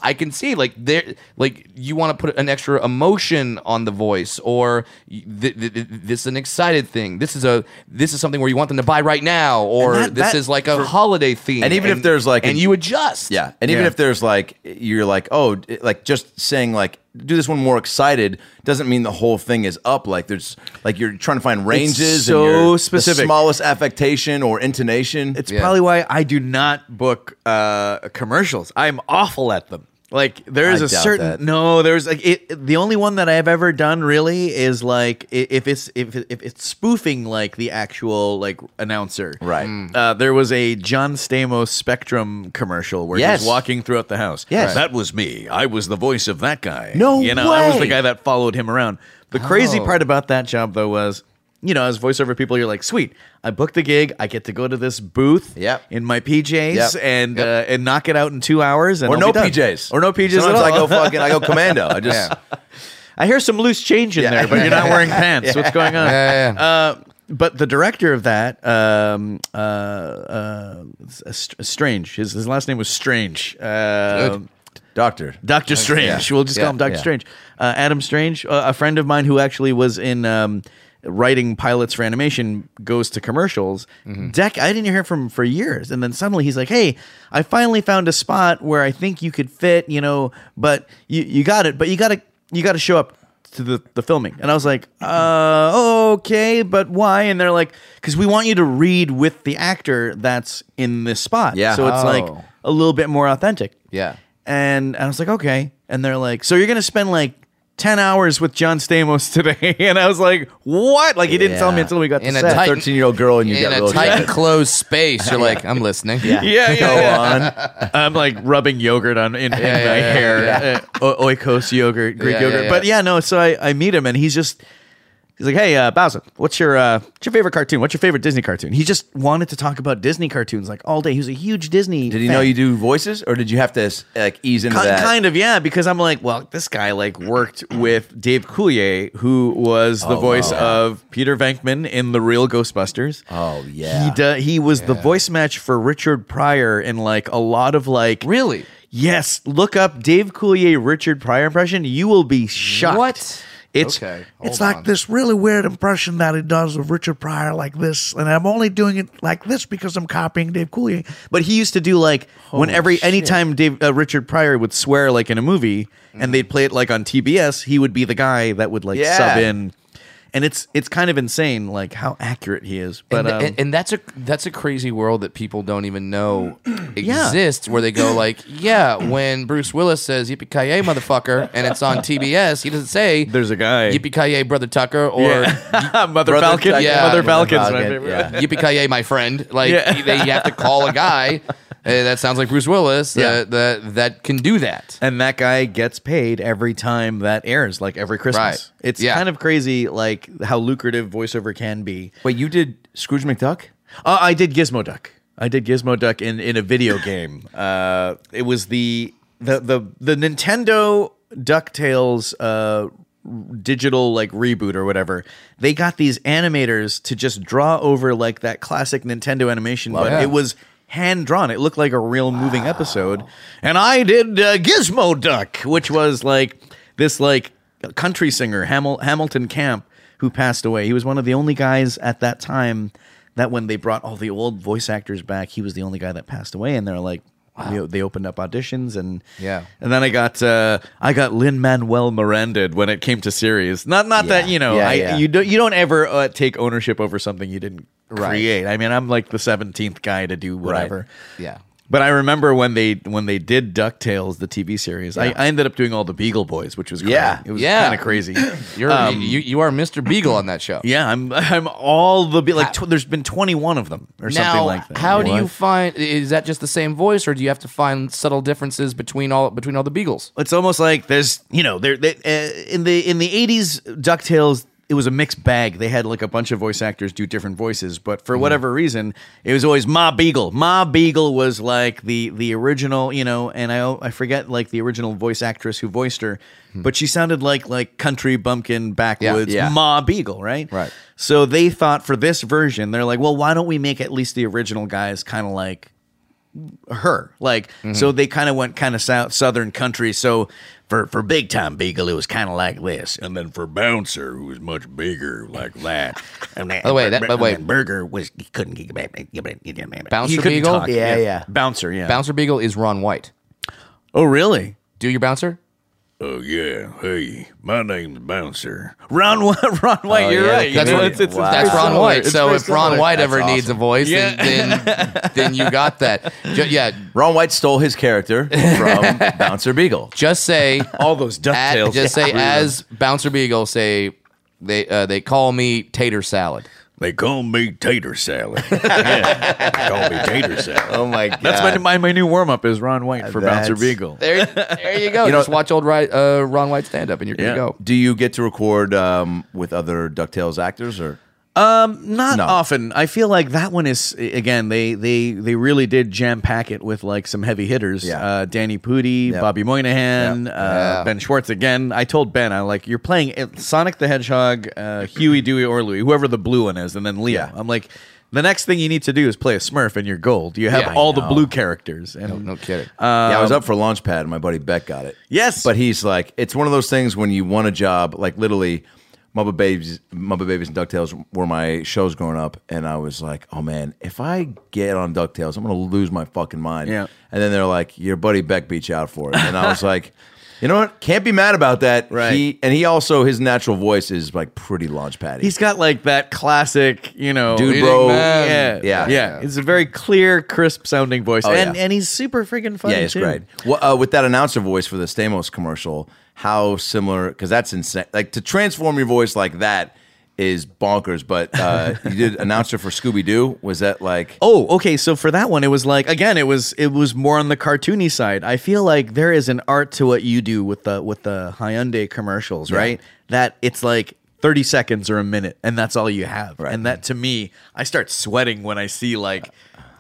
S4: I can see like there like you want to put an extra emotion on the voice or y- th- th- th- this is an excited thing. This is a this is something where you want them to buy right now or
S7: And that-
S4: this
S7: that-
S4: is like a holiday theme.
S2: And even if there's like
S4: and
S2: a-
S4: you adjust.
S2: Yeah, and even
S7: Yeah.
S2: if there's like you're like oh d- like just saying like do this one more excited doesn't mean the whole thing is up. Like there's like you're trying to find ranges.
S7: so
S2: and you're- The
S7: specific.
S2: smallest affectation or intonation.
S7: It's
S4: Yeah.
S7: probably why I do not book uh, commercials. I'm awful at them. Like there is
S2: I
S7: a
S2: doubt
S7: certain
S2: that.
S7: no, there's like it. The only one that I have ever done really is like i- if it's if, it- if it's spoofing like the actual like announcer.
S2: Right. Mm.
S7: Uh, there was a John Stamos Spectrum commercial where
S2: Yes.
S7: he was walking throughout the house.
S2: Yes.
S7: that was me. I was the voice of that guy.
S2: No
S7: you know I was the
S2: way.
S7: guy that followed him around. The crazy
S4: Oh.
S7: part about that job though was, you know, as voiceover people, you're like, sweet, I booked the gig, I get to go to this booth
S2: Yep.
S7: in my PJs
S2: Yep.
S7: and uh, and knock it out in two hours and
S2: or
S7: I'll
S2: no
S7: be done.
S2: PJs.
S7: or no PJs
S2: Sometimes
S7: at all.
S2: I go fucking I go commando. I just
S7: I hear some loose change in there, but you're not wearing pants. What's going on?
S4: Yeah, yeah, yeah.
S7: Uh, but the director of that, um, uh, uh, S- S- Strange, his, his last name was Strange. Uh,
S2: doctor.
S7: Doctor Strange. We'll just
S2: Yeah,
S7: call him Doctor
S2: yeah.
S7: Strange. Uh, Adam Strange, uh, a friend of mine who actually was in um, writing pilots for animation, goes to commercials.
S2: Mm-hmm.
S7: Deck, I didn't hear from him for years, and then suddenly he's like, "Hey, I finally found a spot where I think you could fit, you know, but you you got it, but you got to you got to show up." to the, the filming. And I was like, uh, okay, but why? And they're like, because we want you to read with the actor that's in this spot.
S2: Yeah.
S7: So it's like
S4: Oh.
S7: a little bit more authentic.
S4: Yeah.
S7: And, and I was like, okay. And they're like, so you're going to spend like 10 hours with John Stamos today. And I was like, what? Like, he didn't tell me
S2: Yeah.
S7: until we got
S4: In
S7: to
S4: a
S7: set.
S4: tight-
S2: 13 year old girl and you
S4: In
S2: got
S4: a
S2: real
S4: tight
S2: excited.
S4: and closed space, you're like, I'm listening.
S7: yeah, yeah,
S2: Go
S7: yeah.
S2: on.
S7: I'm like rubbing yogurt on in, in
S4: yeah,
S7: my
S4: yeah,
S7: hair, Uh, o- oikos yogurt, Greek
S4: Yeah, yeah,
S7: yogurt.
S4: yeah.
S7: But yeah, no. So I, I meet him and he's just he's like, hey, uh, Bowser, what's your uh, what's your favorite cartoon? What's your favorite Disney cartoon? He just wanted to talk about Disney cartoons like all day. He was a huge Disney.
S2: Did he
S7: fan.
S2: know you do voices or did you have to like ease into
S7: Ki-
S2: that?
S7: Kind of, yeah, because I'm like, well, this guy like worked with Dave Coulier, who was the voice of Peter Venkman in the real Ghostbusters.
S2: Oh, yeah.
S7: he do- he was the voice match for Richard Pryor in like a lot of like
S4: Really?
S7: Yes, look up Dave Coulier Richard Pryor impression. You will be shocked.
S4: What?
S7: It's
S4: Okay,
S7: it's
S4: hold
S7: like
S4: on.
S7: this.
S8: this really weird impression that he does of Richard Pryor like this, and I'm only doing it like this because I'm copying Dave Coulier.
S7: But he used to do like whenever anytime Dave uh, Richard Pryor would swear like in a movie and they'd play it like on TBS, he would be the guy that would like
S2: Yeah.
S7: sub in. And it's it's kind of insane like how accurate he is.
S4: and,
S7: But um,
S4: and, and that's a that's a crazy world that people don't even know
S7: Yeah.
S4: exists. Where they go like, yeah, when Bruce Willis says "Yippee ki yay, motherfucker," and it's on TBS, he doesn't say
S7: there's a guy.
S4: "Yippee ki yay, brother Tucker" or
S7: Mother
S2: Brother
S7: Falcon.
S2: Tucker.
S4: Yeah.
S7: Mother
S4: Mother
S7: Falcon's my
S2: Falcon,
S7: favorite.
S2: yeah.
S4: "Yippee ki yay, my friend." Like
S7: Yeah.
S4: they, you have to call a guy uh, that sounds like Bruce Willis
S7: Yeah.
S4: that, that that can do that.
S7: And that guy gets paid every time that airs, like every Christmas.
S4: Right.
S7: It's
S4: Yeah.
S7: kind of crazy, like how lucrative voiceover can be.
S2: Wait, you did Scrooge McDuck?
S7: Uh, I did Gizmo Duck. I did Gizmo Duck in, in a video game. Uh, it was the the the, the Nintendo Ducktales uh, digital like reboot or whatever. They got these animators to just draw over like that classic Nintendo animation, but
S4: it.
S7: it was hand drawn. It looked like a real moving episode. And I did uh, Gizmo Duck, which was like this like country singer Hamil- Hamilton Camp who passed away. He was one of the only guys at that time that when they brought all the old voice actors back, he was the only guy that passed away. And they're like, you know, they opened up auditions and
S4: Yeah.
S7: and then I got uh, I got Lin Manuel Miranda when it came to series. Not not that you know
S2: Yeah,
S7: I,
S2: yeah.
S7: you don't you don't ever uh, take ownership over something you didn't create. I mean I'm like the seventeenth guy to do whatever.
S4: Yeah.
S7: But I remember when they when they did Ducktales, the TV series. I, I ended up doing all the Beagle Boys, which was great.
S2: Yeah.
S7: it was
S4: Yeah.
S7: kind of crazy. Uh,
S4: You're you you are Mr. Beagle on that show.
S7: yeah, I'm I'm all the Be- like. Tw- there's been 21 of them or something
S4: now,
S7: like that.
S4: how do
S7: What?
S4: you find? Is that just the same voice, or do you have to find subtle differences between all between all the Beagles?
S7: it's almost like there's you know there they, uh, in the in the 80s ducktales it was a mixed bag they had like a bunch of voice actors do different voices but for whatever reason it was always ma beagle ma beagle was like the the original you know and i i forget like the original voice actress who voiced her but she sounded like like country bumpkin backwoods
S2: yeah.
S7: ma beagle right
S4: Right.
S7: so they thought for this version they're like well why don't we make at least the original guys kind of like her. Like, so they kind of went kind of south, southern country. So for, for big time Beagle, it was kind of like this.
S5: And then for Bouncer, who was much bigger like that.
S8: And
S4: By the way, that- by the way-
S8: and Burger was he couldn't get back. Bounce.
S7: He
S4: Bouncer
S7: couldn't
S4: Beagle.
S7: talk.
S2: Yeah, yeah.
S7: Bouncer, yeah.
S4: Bouncer Beagle is Ron White.
S7: oh, really?
S4: Do your bouncer?
S5: Oh, yeah. Hey, my name's Bouncer.
S7: Ron, Wi- Ron White, you're
S2: yeah, the
S7: right.
S4: That's,
S2: know,
S4: what-
S2: it's- it's- it's
S4: that's
S2: very
S4: Ron
S2: similar.
S4: White.
S2: It's
S4: so
S2: very
S4: if Ron
S2: similar.
S4: White
S2: That's
S4: ever needs a
S2: awesome.
S4: voice, then, then then you got that. Ju- yeah,
S2: Ron White stole his character from Bouncer Beagle.
S4: just say
S7: all those
S4: at-
S7: ducktails.
S4: just say as Bouncer Beagle say they uh, they call me tater salad.
S5: They call me Tater Salad. yeah, they call me Tater Salad.
S2: Oh my god.
S7: That's my, my, my new warm up is Ron White for
S2: That's-
S7: Bouncer Beagle.
S4: There, there you go.
S2: You know-
S4: just watch old Ri- uh, Ron White stand up, and you're
S7: Yeah.
S4: gonna go.
S2: Do you get to record um, with other DuckTales actors or
S7: Not
S2: No.
S7: often. I feel like that one is again. They they they really did jam pack it with like some heavy hitters.
S2: Yeah.
S7: Uh, Danny Pudi,
S2: Yep.
S7: Bobby Moynihan,
S2: Yep.
S7: Uh, Ben Schwartz. Again, I told Ben, I like you're playing it- Sonic the Hedgehog, uh, Huey, Dewey, or Louie, whoever the blue one is, and then Leo.
S2: Yeah.
S7: I'm like. The next thing you need to do is play a Smurf, and you're gold. You have
S4: Yeah, I
S7: all the blue characters. And uh,
S4: No kidding.
S7: Um,
S2: yeah, I was up for Launchpad and my buddy Beck got it.
S7: Yes.
S2: But he's like, it's one of those things when you want a job, like literally Mubba Babies, Mubba Babies and DuckTales were my shows growing up. And I was like, oh man, if I get on DuckTales, I'm going to lose my fucking mind.
S7: Yeah.
S2: And then they're like, your buddy Beck beat you out for it. And I was like, You know what? Can't be mad about that.
S3: Right.
S2: He, and he also his natural voice is like pretty launch patty.
S3: He's got like that classic, you know,
S2: dude, bro.
S3: Yeah,
S2: Yeah.
S3: yeah, yeah. It's a very clear, crisp sounding voice, and
S2: yeah.
S3: and he's super freaking funny.
S2: Yeah, it's
S3: too.
S2: great. Well, uh, with that announcer voice for the Stamos commercial, how similar? Because that's insane. Like to transform your voice like that is bonkers. But uh, you did announcer for Scooby Doo. Was that like?
S3: Oh, okay. So for that one, it was like again, it was it was more on the cartoony side. I feel like there is an art to what you do with the with the Hyundai commercials, right? That it's like thirty seconds or a minute, and that's all you have. Right. And that to me, I start sweating when I see like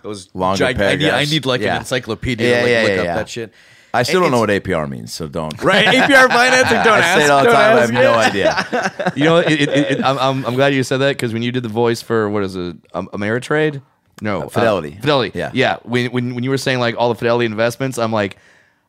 S3: those
S2: Longer
S3: gig- I, need, I
S2: paragraphs.
S3: need like
S2: Yeah.
S3: an encyclopedia
S2: Yeah,
S3: to like
S2: yeah,
S3: look
S2: yeah,
S3: up
S2: yeah.
S3: that shit.
S2: I still don't know
S3: it's-
S2: what APR means, so don't.
S3: Right, APR financing. Don't
S2: I
S3: ask.
S2: say it all the
S3: don't
S2: time. I have
S3: ask.
S2: no idea.
S4: You know, it, it, it, it- I'm, I'm, I'm glad you said that because when you did the voice for what is it, um, Ameritrade? No, uh,
S2: Fidelity.
S4: Fidelity.
S2: Yeah.
S4: yeah. When, when when you were saying like all the Fidelity investments, I'm like,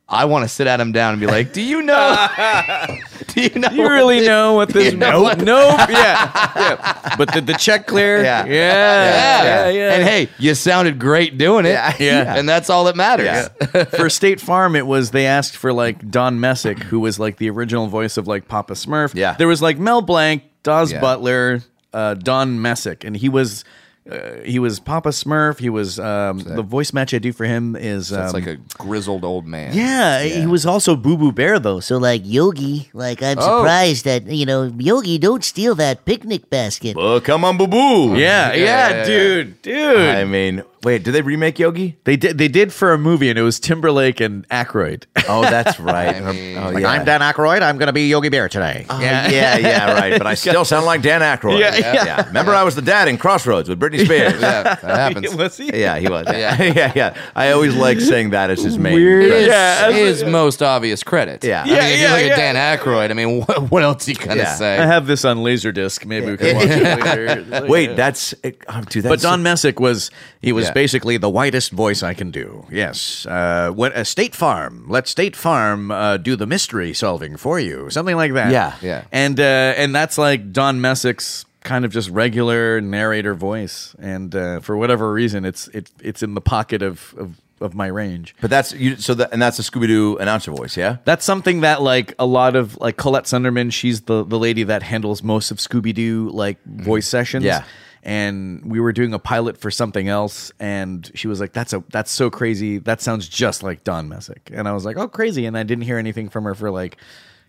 S4: I want to sit Adam down and be like, Do you know? do you know?
S3: You really know what this?
S4: You know
S3: nope,
S4: what-
S3: nope. Yeah, yeah. But did the check clear?
S2: Yeah.
S3: yeah, yeah, yeah.
S4: And hey, you sounded great doing it.
S2: Yeah.
S3: Yeah.
S4: And that's all that matters.
S3: for State Farm, it was they asked for like Don Messick, who was like the original voice of like Papa Smurf.
S2: Yeah.
S3: there was like Mel Blanc, Dawes
S2: Yeah.
S3: Butler, uh, Don Messick, and he was. Uh, he was Papa Smurf. He was um, the voice match I do for him is um,
S4: It's like a grizzled old man.
S3: yeah, He was also Boo Boo Bear though. So
S9: So like Yogi, like I'm
S4: Oh.
S9: surprised that you know Yogi don't steal that picnic basket.
S2: Well, come on, boo boo.
S3: yeah, yeah,
S4: yeah,
S3: dude, dude.
S2: I mean, wait, did they remake Yogi?
S3: they did. They did for a movie, and it was Timberlake and Aykroyd.
S2: Oh, that's right.
S4: mean,
S2: oh,
S4: like,
S2: yeah.
S6: I'm Dan Aykroyd. I'm going to be Yogi Bear today.
S2: Oh, yeah. yeah, right. But I still sound like Dan Aykroyd.
S3: Yeah, yeah.
S2: Remember, I was the dad in Crossroads with Britney Spears.
S4: Yeah, that happens.
S3: Was he?
S2: Yeah, he was. Yeah,
S4: Yeah.
S2: yeah, yeah. I always like saying that as his main.
S3: Weird.
S2: credit.
S4: His,
S3: Yeah.
S4: his most obvious credit.
S2: Yeah.
S4: I mean,
S3: Yeah,
S4: if
S3: yeah,
S4: you look at
S3: yeah.
S4: Dan Aykroyd, I mean, what, what else you gonna
S2: Yeah.
S4: say?
S3: I have this on Laserdisc. Maybe we can watch it later.
S2: Wait, that's oh, dude. That's
S3: But Don Messick was he was
S4: Yeah.
S3: basically the whitest voice I can do. Yes, uh, what a State Farm. Let State Farm uh, do the mystery solving for you, something like that.
S2: Yeah.
S4: Yeah.
S3: And uh, and that's like Don Messick's kind of just regular narrator voice. And uh, for whatever reason, it's it it's in the pocket of of, of my range.
S2: But that's you. So that and that's a Scooby Doo announcer voice. Yeah.
S3: That's something that like a lot of like Colette Sunderman, she's the the lady that handles most of Scooby Doo like
S4: Mm-hmm.
S3: voice sessions.
S2: Yeah.
S3: And we were doing a pilot for something else, and she was like, "That's a that's so crazy. That sounds just like Don Messick." And I was like, "Oh, crazy!" And I didn't hear anything from her for like,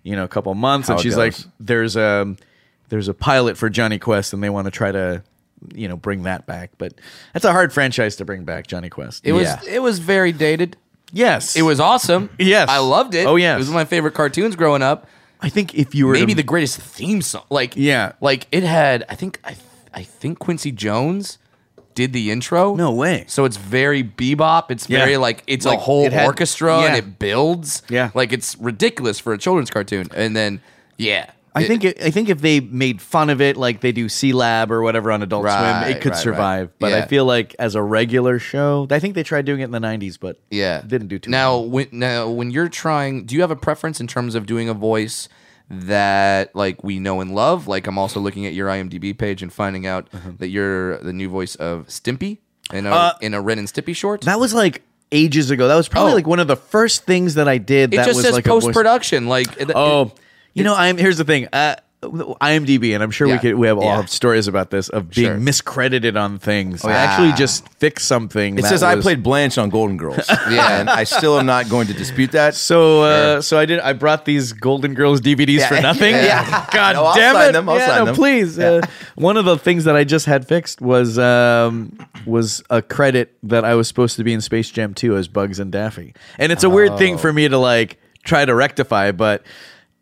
S3: you know, a couple months.
S2: How
S3: and
S2: it
S3: she's like,
S2: goes.
S3: "There's a there's a pilot for Johnny Quest, and they want to try to, you know, bring that back." But that's a hard franchise to bring back, Johnny Quest.
S4: It was
S2: Yeah.
S4: it was very dated.
S3: yes,
S4: It was awesome.
S3: Yes.
S4: I loved it.
S3: Oh, yes.
S4: it was one of my favorite cartoons growing up.
S3: I think if you were
S4: Maybe
S3: to-
S4: the greatest theme song. Like
S3: Yeah.
S4: like it had. I think I I think Quincy Jones did the intro.
S3: No way.
S4: So it's very bebop. It's
S3: Yeah.
S4: very like it's
S3: Like,
S4: a whole
S3: it had-
S4: orchestra and
S3: yeah.
S4: it builds.
S3: Yeah.
S4: like it's ridiculous for a children's cartoon. And then yeah,
S3: I
S4: It-
S3: think it, I think if they made fun of it like they do Sea Lab or whatever on Adult
S4: Right,
S3: Swim, it could
S4: right,
S3: survive.
S4: right.
S3: But I
S4: Yeah.
S3: feel like as a regular show, I think they tried doing it in the '90s, but
S4: Yeah,
S3: didn't do too
S4: Now,
S3: well.
S4: when now when you're trying, do you have a preference in terms of doing a voice that like we know and love? Like I'm also looking at your IMDb page and finding out
S3: Uh-huh.
S4: that you're the new voice of Stimpy in a in a Ren and Stimpy short.
S3: That was like ages ago. That was probably
S4: Oh.
S3: like one of the first things that I did.
S4: it
S3: that
S4: just
S3: was
S4: says
S3: like a voice-
S4: post production. Like it-
S3: Oh, you know, I'm here's the thing. Uh, IMDb, and I'm sure we
S4: Yeah.
S3: could we have all
S4: Yeah.
S3: have stories about this of being
S4: Sure. Oh,
S3: miscredited on things. I actually just fixed something.
S2: It
S3: that
S2: says I
S3: was-
S2: played Blanche on Golden Girls.
S4: Yeah.
S2: And I still am not going to dispute that.
S3: So, uh, so I did. I brought these Golden Girls DVDs for nothing.
S2: Yeah.
S3: God
S2: No, I'll
S3: damn
S2: sign
S3: it!
S2: them. I'll
S3: yeah,
S2: sign
S3: no,
S2: them.
S3: please. Uh, one of the things that I just had fixed was um, was a credit that I was supposed to be in Space Jam 2 as Bugs and Daffy, and it's a weird thing
S2: Oh.
S3: for me to like try to rectify, but.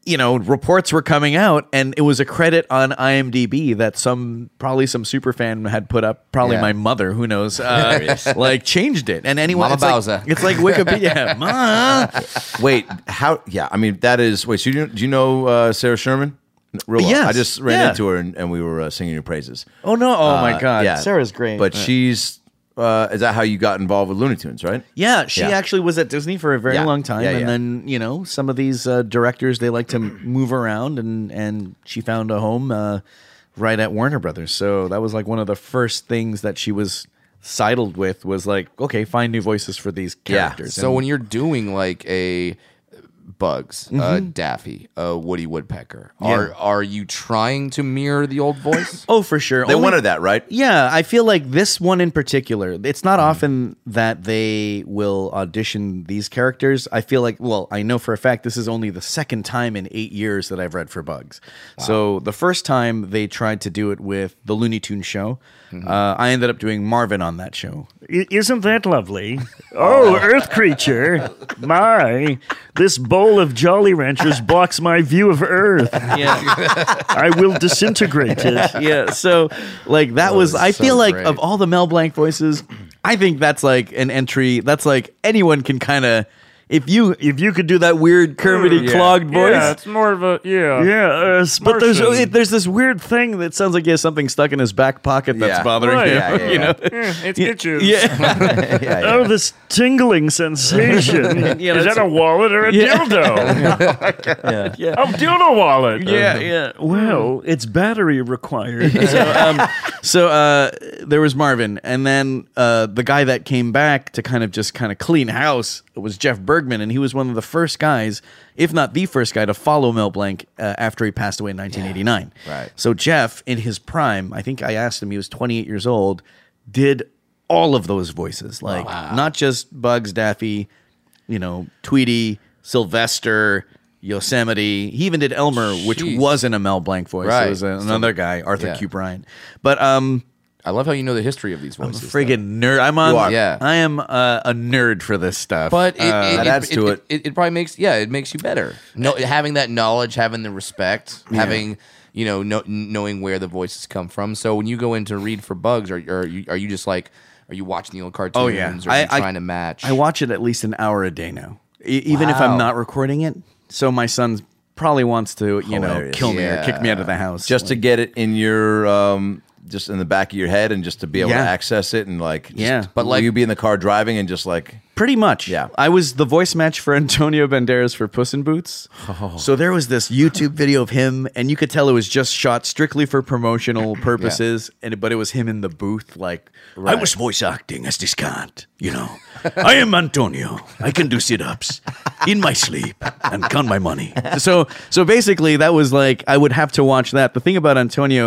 S3: You know, reports were coming out, and it was a credit on IMDb that some probably some super fan had put up. Probably
S4: Yeah.
S3: my mother, who knows, uh, like changed it. And anyone,
S4: Mama
S3: it's like-
S4: Bowser.
S3: it's like Wikipedia, Ma.
S2: Wait, how? Yeah, I mean that is. Wait, so you do you know uh, Sarah Sherman? Real well.
S3: Yes,
S2: I just ran
S3: yeah.
S2: into her and, and we were uh, singing your praises.
S3: Oh no! Oh
S2: Uh,
S3: my God!
S2: yeah.
S3: Sarah's great.
S2: But she's. Uh, is that how you got involved with Looney Tunes? Right.
S3: yeah, she
S2: Yeah.
S3: actually was at Disney for a very
S2: Yeah.
S3: long time,
S2: Yeah, yeah.
S3: and then you know some of these uh, directors they like to m- move around, and and she found a home uh, right at Warner Brothers. So that was like one of the first things that she was sidled with was like, okay, find new voices for these characters.
S4: so when you're doing like a Bugs, uh,
S3: Mm-hmm.
S4: Daffy, uh, Woody Woodpecker. Are are you trying to mirror the old voice?
S7: Oh, for sure.
S2: They
S7: Only-
S2: wanted that, right?
S7: Yeah, I feel like this one in particular, it's not often that they will audition these characters. I feel like, well, I know for a fact this is only the second time in eight years that I've read for Bugs. So the first time they tried to do it with the Looney Tunes show, uh, I ended up doing Marvin on that show.
S5: I- Isn't that lovely? Oh, Earth creature! My, this bowl of Jolly Ranchers blocks my view of Earth. I will disintegrate it.
S7: yeah. So like that was I
S4: so
S7: feel like
S4: great.
S7: of all the Mel Blanc voices, I think that's like an entry that's like anyone can kind of if you if you could do that weird curvy clogged voice.
S5: more of a yeah. Yeah, uh, s-
S7: But there's
S5: Martian.
S7: it, there's this weird thing that sounds like he has something stuck in his back pocket that's
S2: Yeah.
S7: bothering
S5: Right.
S7: him.
S5: Yeah,
S7: you know,
S5: it's
S7: yeah,
S2: Yeah, yeah.
S5: Oh, this tingling sensation.
S7: Yeah,
S5: Is
S7: that's-
S5: that a wallet or a
S7: Yeah.
S5: dildo? Oh,
S7: yeah.
S5: a dildo wallet.
S7: yeah, yeah.
S5: Well, it's battery required.
S7: So uh, there was Marvin, and then uh, the guy that came back to kind of just kind of clean house was Jeff Bergman, and he was one of the first guys, if not the first guy, to follow Mel Blanc uh, after he passed away in 1989.
S4: right.
S7: So Jeff, in his prime, I think I asked him, he was 28 years old, did all of those voices, like not just Bugs, Daffy, you know, Tweety, Sylvester. Yosemite. He even did Elmer, which
S4: Jeez.
S7: wasn't a Mel Blanc voice.
S4: Right.
S7: It was another guy, Arthur
S4: Yeah.
S7: Q. Bryan. But um,
S4: I love how you know the history of these
S7: I'm a
S4: voices. though.
S7: friggin' nerd. I'm on.
S4: You are. Yeah.
S7: I am uh, a nerd for this stuff.
S4: But it,
S7: Uh,
S4: it,
S2: that
S4: it-
S2: adds to it.
S4: It, probably makes yeah, it makes you better. No, having that knowledge, having the respect, having you know, no, knowing where the voices come from. So when you go in to read for bugs, are are you, are you just like, are you watching the old cartoons?
S7: Oh, yeah.
S4: or are you
S7: I- I-
S4: trying to match?
S7: I watch it at least an hour a day now, e- even if I'm
S4: Wow.
S7: not recording it. So my son probably wants to, you know,
S2: Hilarious.
S7: kill me or kick me
S4: Yeah.
S7: out of the house.
S2: Just to get it in your, um, just in the back of your head, and just to be able
S7: Yeah.
S2: to access it, and like, just-
S7: Yeah. But,
S2: will
S4: like-
S2: you be in the car driving and just like,
S7: Pretty much.
S2: Yeah.
S7: I was the voice match for Antonio Banderas for Puss in Boots. So there was this YouTube video of him, and you could tell it was just shot strictly for promotional purposes, and but it was him in the booth, like
S10: I was voice acting as this cat, you know. I am Antonio. I can do sit ups in my sleep and count my money.
S7: so so basically that was like I would have to watch that. The thing about Antonio,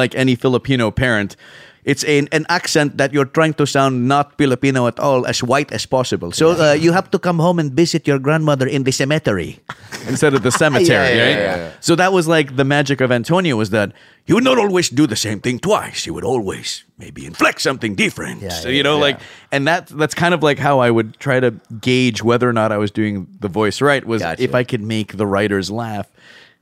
S7: like any Filipino parent, it's an, an accent that you're trying to sound not Filipino at all, as white as possible.
S3: So
S7: So
S3: uh, you have to come home and visit your grandmother in the cemetery.
S7: instead of the cemetery,
S4: yeah,
S7: right?
S4: yeah, yeah.
S7: So that was like the magic of Antonio was that
S10: He would not always do the same thing twice. He would always maybe inflect something different.
S7: So, you know, like, and that that's kind of like how I would try to gauge whether or not I was doing the voice right was
S2: Gotcha.
S7: if I could make the writers laugh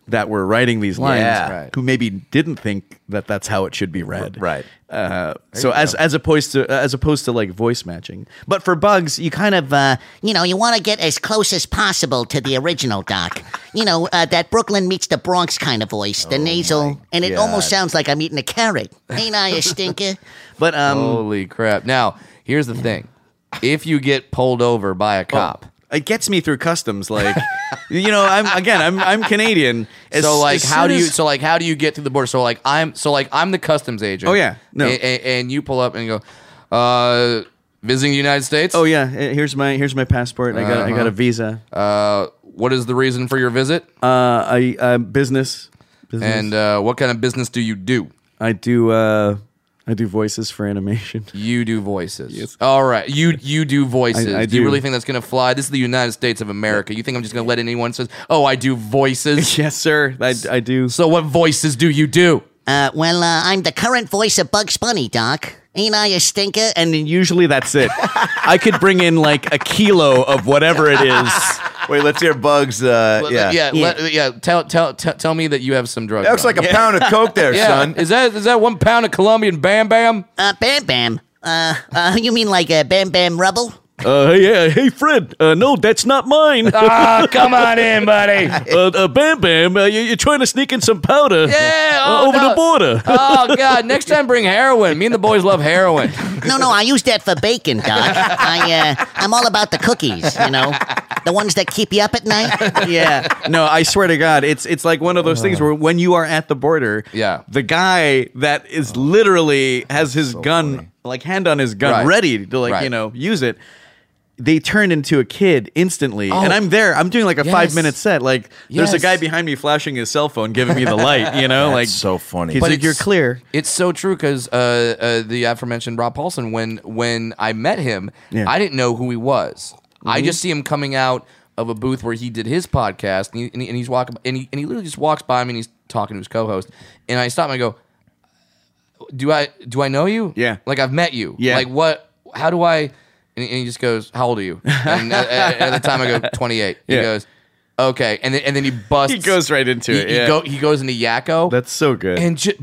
S7: that were writing these lines
S2: Yeah.
S4: Right.
S7: who maybe didn't think that that's how it should be read.
S2: right.
S7: Uh, so as as opposed to as opposed to like voice matching, but for bugs, you kind of uh,
S3: You know, you want to get as close as possible to the original doc. You know, uh, that Brooklyn meets the Bronx kind of voice,
S2: Oh
S3: the nasal, and it almost sounds like I'm eating a carrot. Ain't I a stinker?
S7: but um
S4: Holy crap! Now here's the thing: if you get pulled over by a cop.
S7: it gets me through customs. Like you know, I'm again I'm I'm Canadian. As-
S4: so like
S7: as
S4: how
S7: soon
S4: do you
S7: as-
S4: so like how do you get through the border? So like I'm so like I'm the customs agent.
S7: Oh, yeah. No.
S4: A- a- and, you pull up and you go, uh, visiting the United States.
S7: Oh yeah, eh, here's my here's my passport. I got I
S4: Uh-huh.
S7: got a visa.
S4: Uh, what is the reason for your visit?
S2: Um,
S7: Uh, I uh, business, business.
S4: and uh, what kind of business do you do?
S7: I do uh, I do voices for animation.
S4: You do voices. All right. You you do voices.
S7: I- I
S4: you
S7: do.
S4: really think that's gonna fly? This is the United States of America. You think I'm just gonna let anyone says, "Oh, I do voices."
S7: yes, sir. I, I do.
S4: So what voices do you do?
S3: Uh, well, uh, I'm the current voice of Bugs Bunny, Doc. Ain't I a stinker?
S7: and then usually that's it. I could bring in like a kilo of whatever it is.
S2: Wait, let's hear Bugs. Uh,
S4: Let-
S2: yeah.
S4: yeah. let- yeah. Tell tell tell tell me that you have some drugs.
S2: That looks
S4: on.
S2: like a pound of coke there,
S4: yeah.
S2: son.
S4: Is that is that one pound of Colombian Bam Bam?
S3: Uh, Bam Bam. Uh, uh, you mean like uh, Bam Bam Rubble?
S10: Uh, yeah, hey, Fred. Uh, no, that's not mine. Uh,
S5: Ah, come on in, buddy.
S10: uh, Bam Bam, uh, you- you're trying to sneak in some powder
S4: Yeah,
S10: uh,
S4: oh,
S10: over
S4: no.
S10: the border.
S4: Oh God! Next time, bring heroin. Me and the boys love heroin.
S3: No, no, I use that for bacon, Doc. I, uh, I'm all about the cookies, you know, the ones that keep you up at night.
S7: Yeah. No, I swear to God, it's it's like one of those things where when you are at the border,
S4: Uh-huh. Yeah. Oh.
S7: the guy that is literally has his gun like hand on his gun
S4: Right.
S7: ready to like
S4: Right.
S7: you know use it.
S3: they turn into a kid instantly,
S6: Oh.
S3: and I'm there. I'm doing like a
S6: Yes.
S3: five minute set. Like
S6: Yes.
S3: there's a guy behind me flashing his cell phone, giving me the light. You know,
S4: That's
S3: like
S4: so
S3: funny.
S4: But
S3: But like,
S4: it's-
S3: you're clear.
S4: It's so true because uh, uh, the aforementioned Rob Paulson, when when I met him,
S3: Yeah.
S4: I didn't know who he was. I
S3: Mhm.
S4: just see him coming out of a booth where he did his podcast, and, he, and, he- and he's walking, and he, and he literally just walks by me and he's talking to his co-host, and I stop and I go, "Do I do I know you? Yeah, like I've met you.
S3: Yeah.
S4: like what? How do I?" And he and he just goes, "How old are you?" And at, at- at the time, I go, "28." He
S3: Yeah.
S4: goes, "Okay," and then, and then he busts.
S3: He goes right into
S4: he-
S3: it,
S4: He,
S3: yeah.
S4: go, he goes into Yakko.
S3: That's so good.
S4: And just,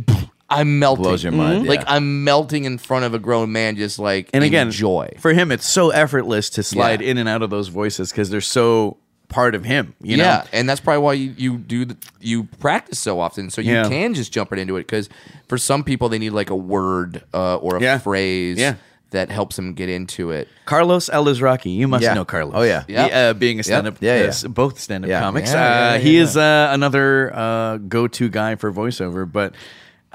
S4: I'm melting.
S3: Blows your mind,
S2: mm-hmm.
S3: Mhm. yeah.
S4: Like I'm melting in front of a grown man, just like
S3: and again,
S4: enjoy.
S3: for him, it's so effortless to slide in and out of those voices because they're so part of him. You know,
S4: yeah, and that's probably why you, you do the, you practice so often, so you
S3: Yeah.
S4: can just jump right into it. Because for some people, they need like a word uh, or a
S3: Yeah.
S4: phrase
S3: Yeah.
S4: that helps them get into it.
S3: Carlos Elizraki. You must
S4: Yeah.
S3: know Carlos.
S4: Oh, yeah.
S3: He,
S4: Yep.
S3: uh, being a
S4: Yep.
S3: stand-up,
S4: Yeah, yeah.
S3: uh, both stand-up
S4: Yeah.
S3: comics.
S4: Yeah, yeah,
S3: uh,
S4: yeah,
S3: he
S4: yeah.
S3: is uh, another uh, go-to guy for voiceover, but.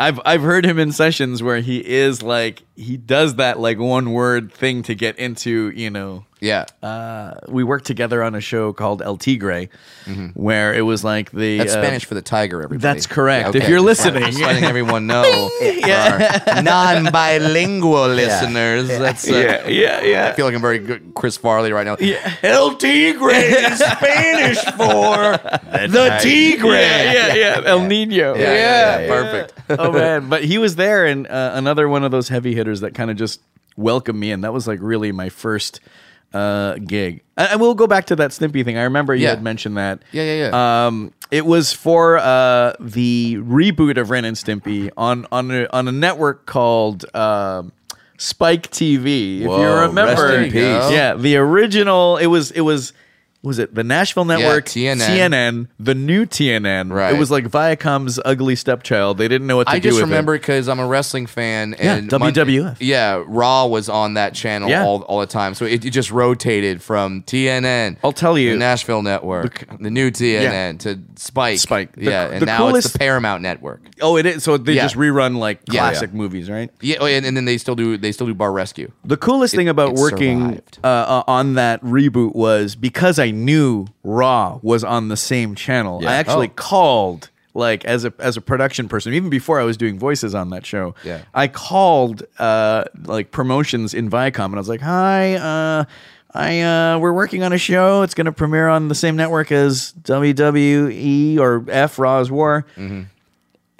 S3: I've I've heard him in sessions where he is like he does that like one word thing to get into you know
S4: yeah
S3: uh, we worked together on a show called El Tigre where it was like the
S4: Mm-hmm. That's
S3: uh,
S4: Spanish for the tiger. Everybody,
S3: that's correct
S4: Okay,
S3: if you're
S4: just let-
S3: listening
S4: just letting everyone know. for our non-bilingual listeners, that's uh,
S3: Yeah, yeah, yeah.
S4: I feel like I'm very good Chris Farley right now. Yeah.
S3: El Tigre is
S4: Spanish for
S3: the
S4: Tigre.
S3: Yeah, yeah, yeah. El Nino.
S4: Yeah, yeah, yeah, perfect.
S3: oh man, but he was there, and uh, another one of those heavy hitters that kind of just welcomed me in. That was like really my first uh, gig. And and we'll go back to that Snippy thing. I remember you
S4: Yeah.
S3: had mentioned that.
S4: Yeah, yeah,
S3: Um, it was for uh, the reboot of Ren and Stimpy on on a, on a network called. um Spike TV, if
S6: Whoa,
S3: you
S6: rest
S3: remember,
S6: in peace.
S4: Oh.
S3: yeah, the original. It was it was was it the Nashville
S6: Yeah,
S3: Network,
S6: TNN.
S3: CNN, the new TNN.
S4: Right.
S3: It was like Viacom's ugly stepchild. They didn't know what to
S4: I
S3: do
S4: just
S3: with
S4: remember
S3: it.
S4: because I'm a wrestling fan.
S3: Yeah,
S4: And
S3: WWF.
S4: yeah, Raw was on that channel
S3: Yeah.
S4: all, all the time, so it, it just rotated from TNN. I'll
S3: tell you,
S4: the Nashville Network, the new TNN to Spike, Spike, yeah,
S3: the
S4: and now it's
S3: coolest-
S4: the Paramount Network.
S3: Oh, it is. So they
S4: Yeah.
S3: just rerun like
S4: Yeah.
S3: classic movies, right?
S4: Yeah, oh, and, and then they still do they still do Bar Rescue.
S3: The coolest thing about
S4: it
S3: working uh, uh, on that reboot was because I knew Raw was on the same channel.
S6: Yeah.
S3: I actually
S6: Oh.
S3: called like as a as a production person, even before I was doing voices on that show.
S6: Yeah.
S3: I called uh, like promotions in Viacom, and I was like, "Hi, uh, I uh, we're working on a show. It's going to premiere on the same network as WWE or F Raw's War.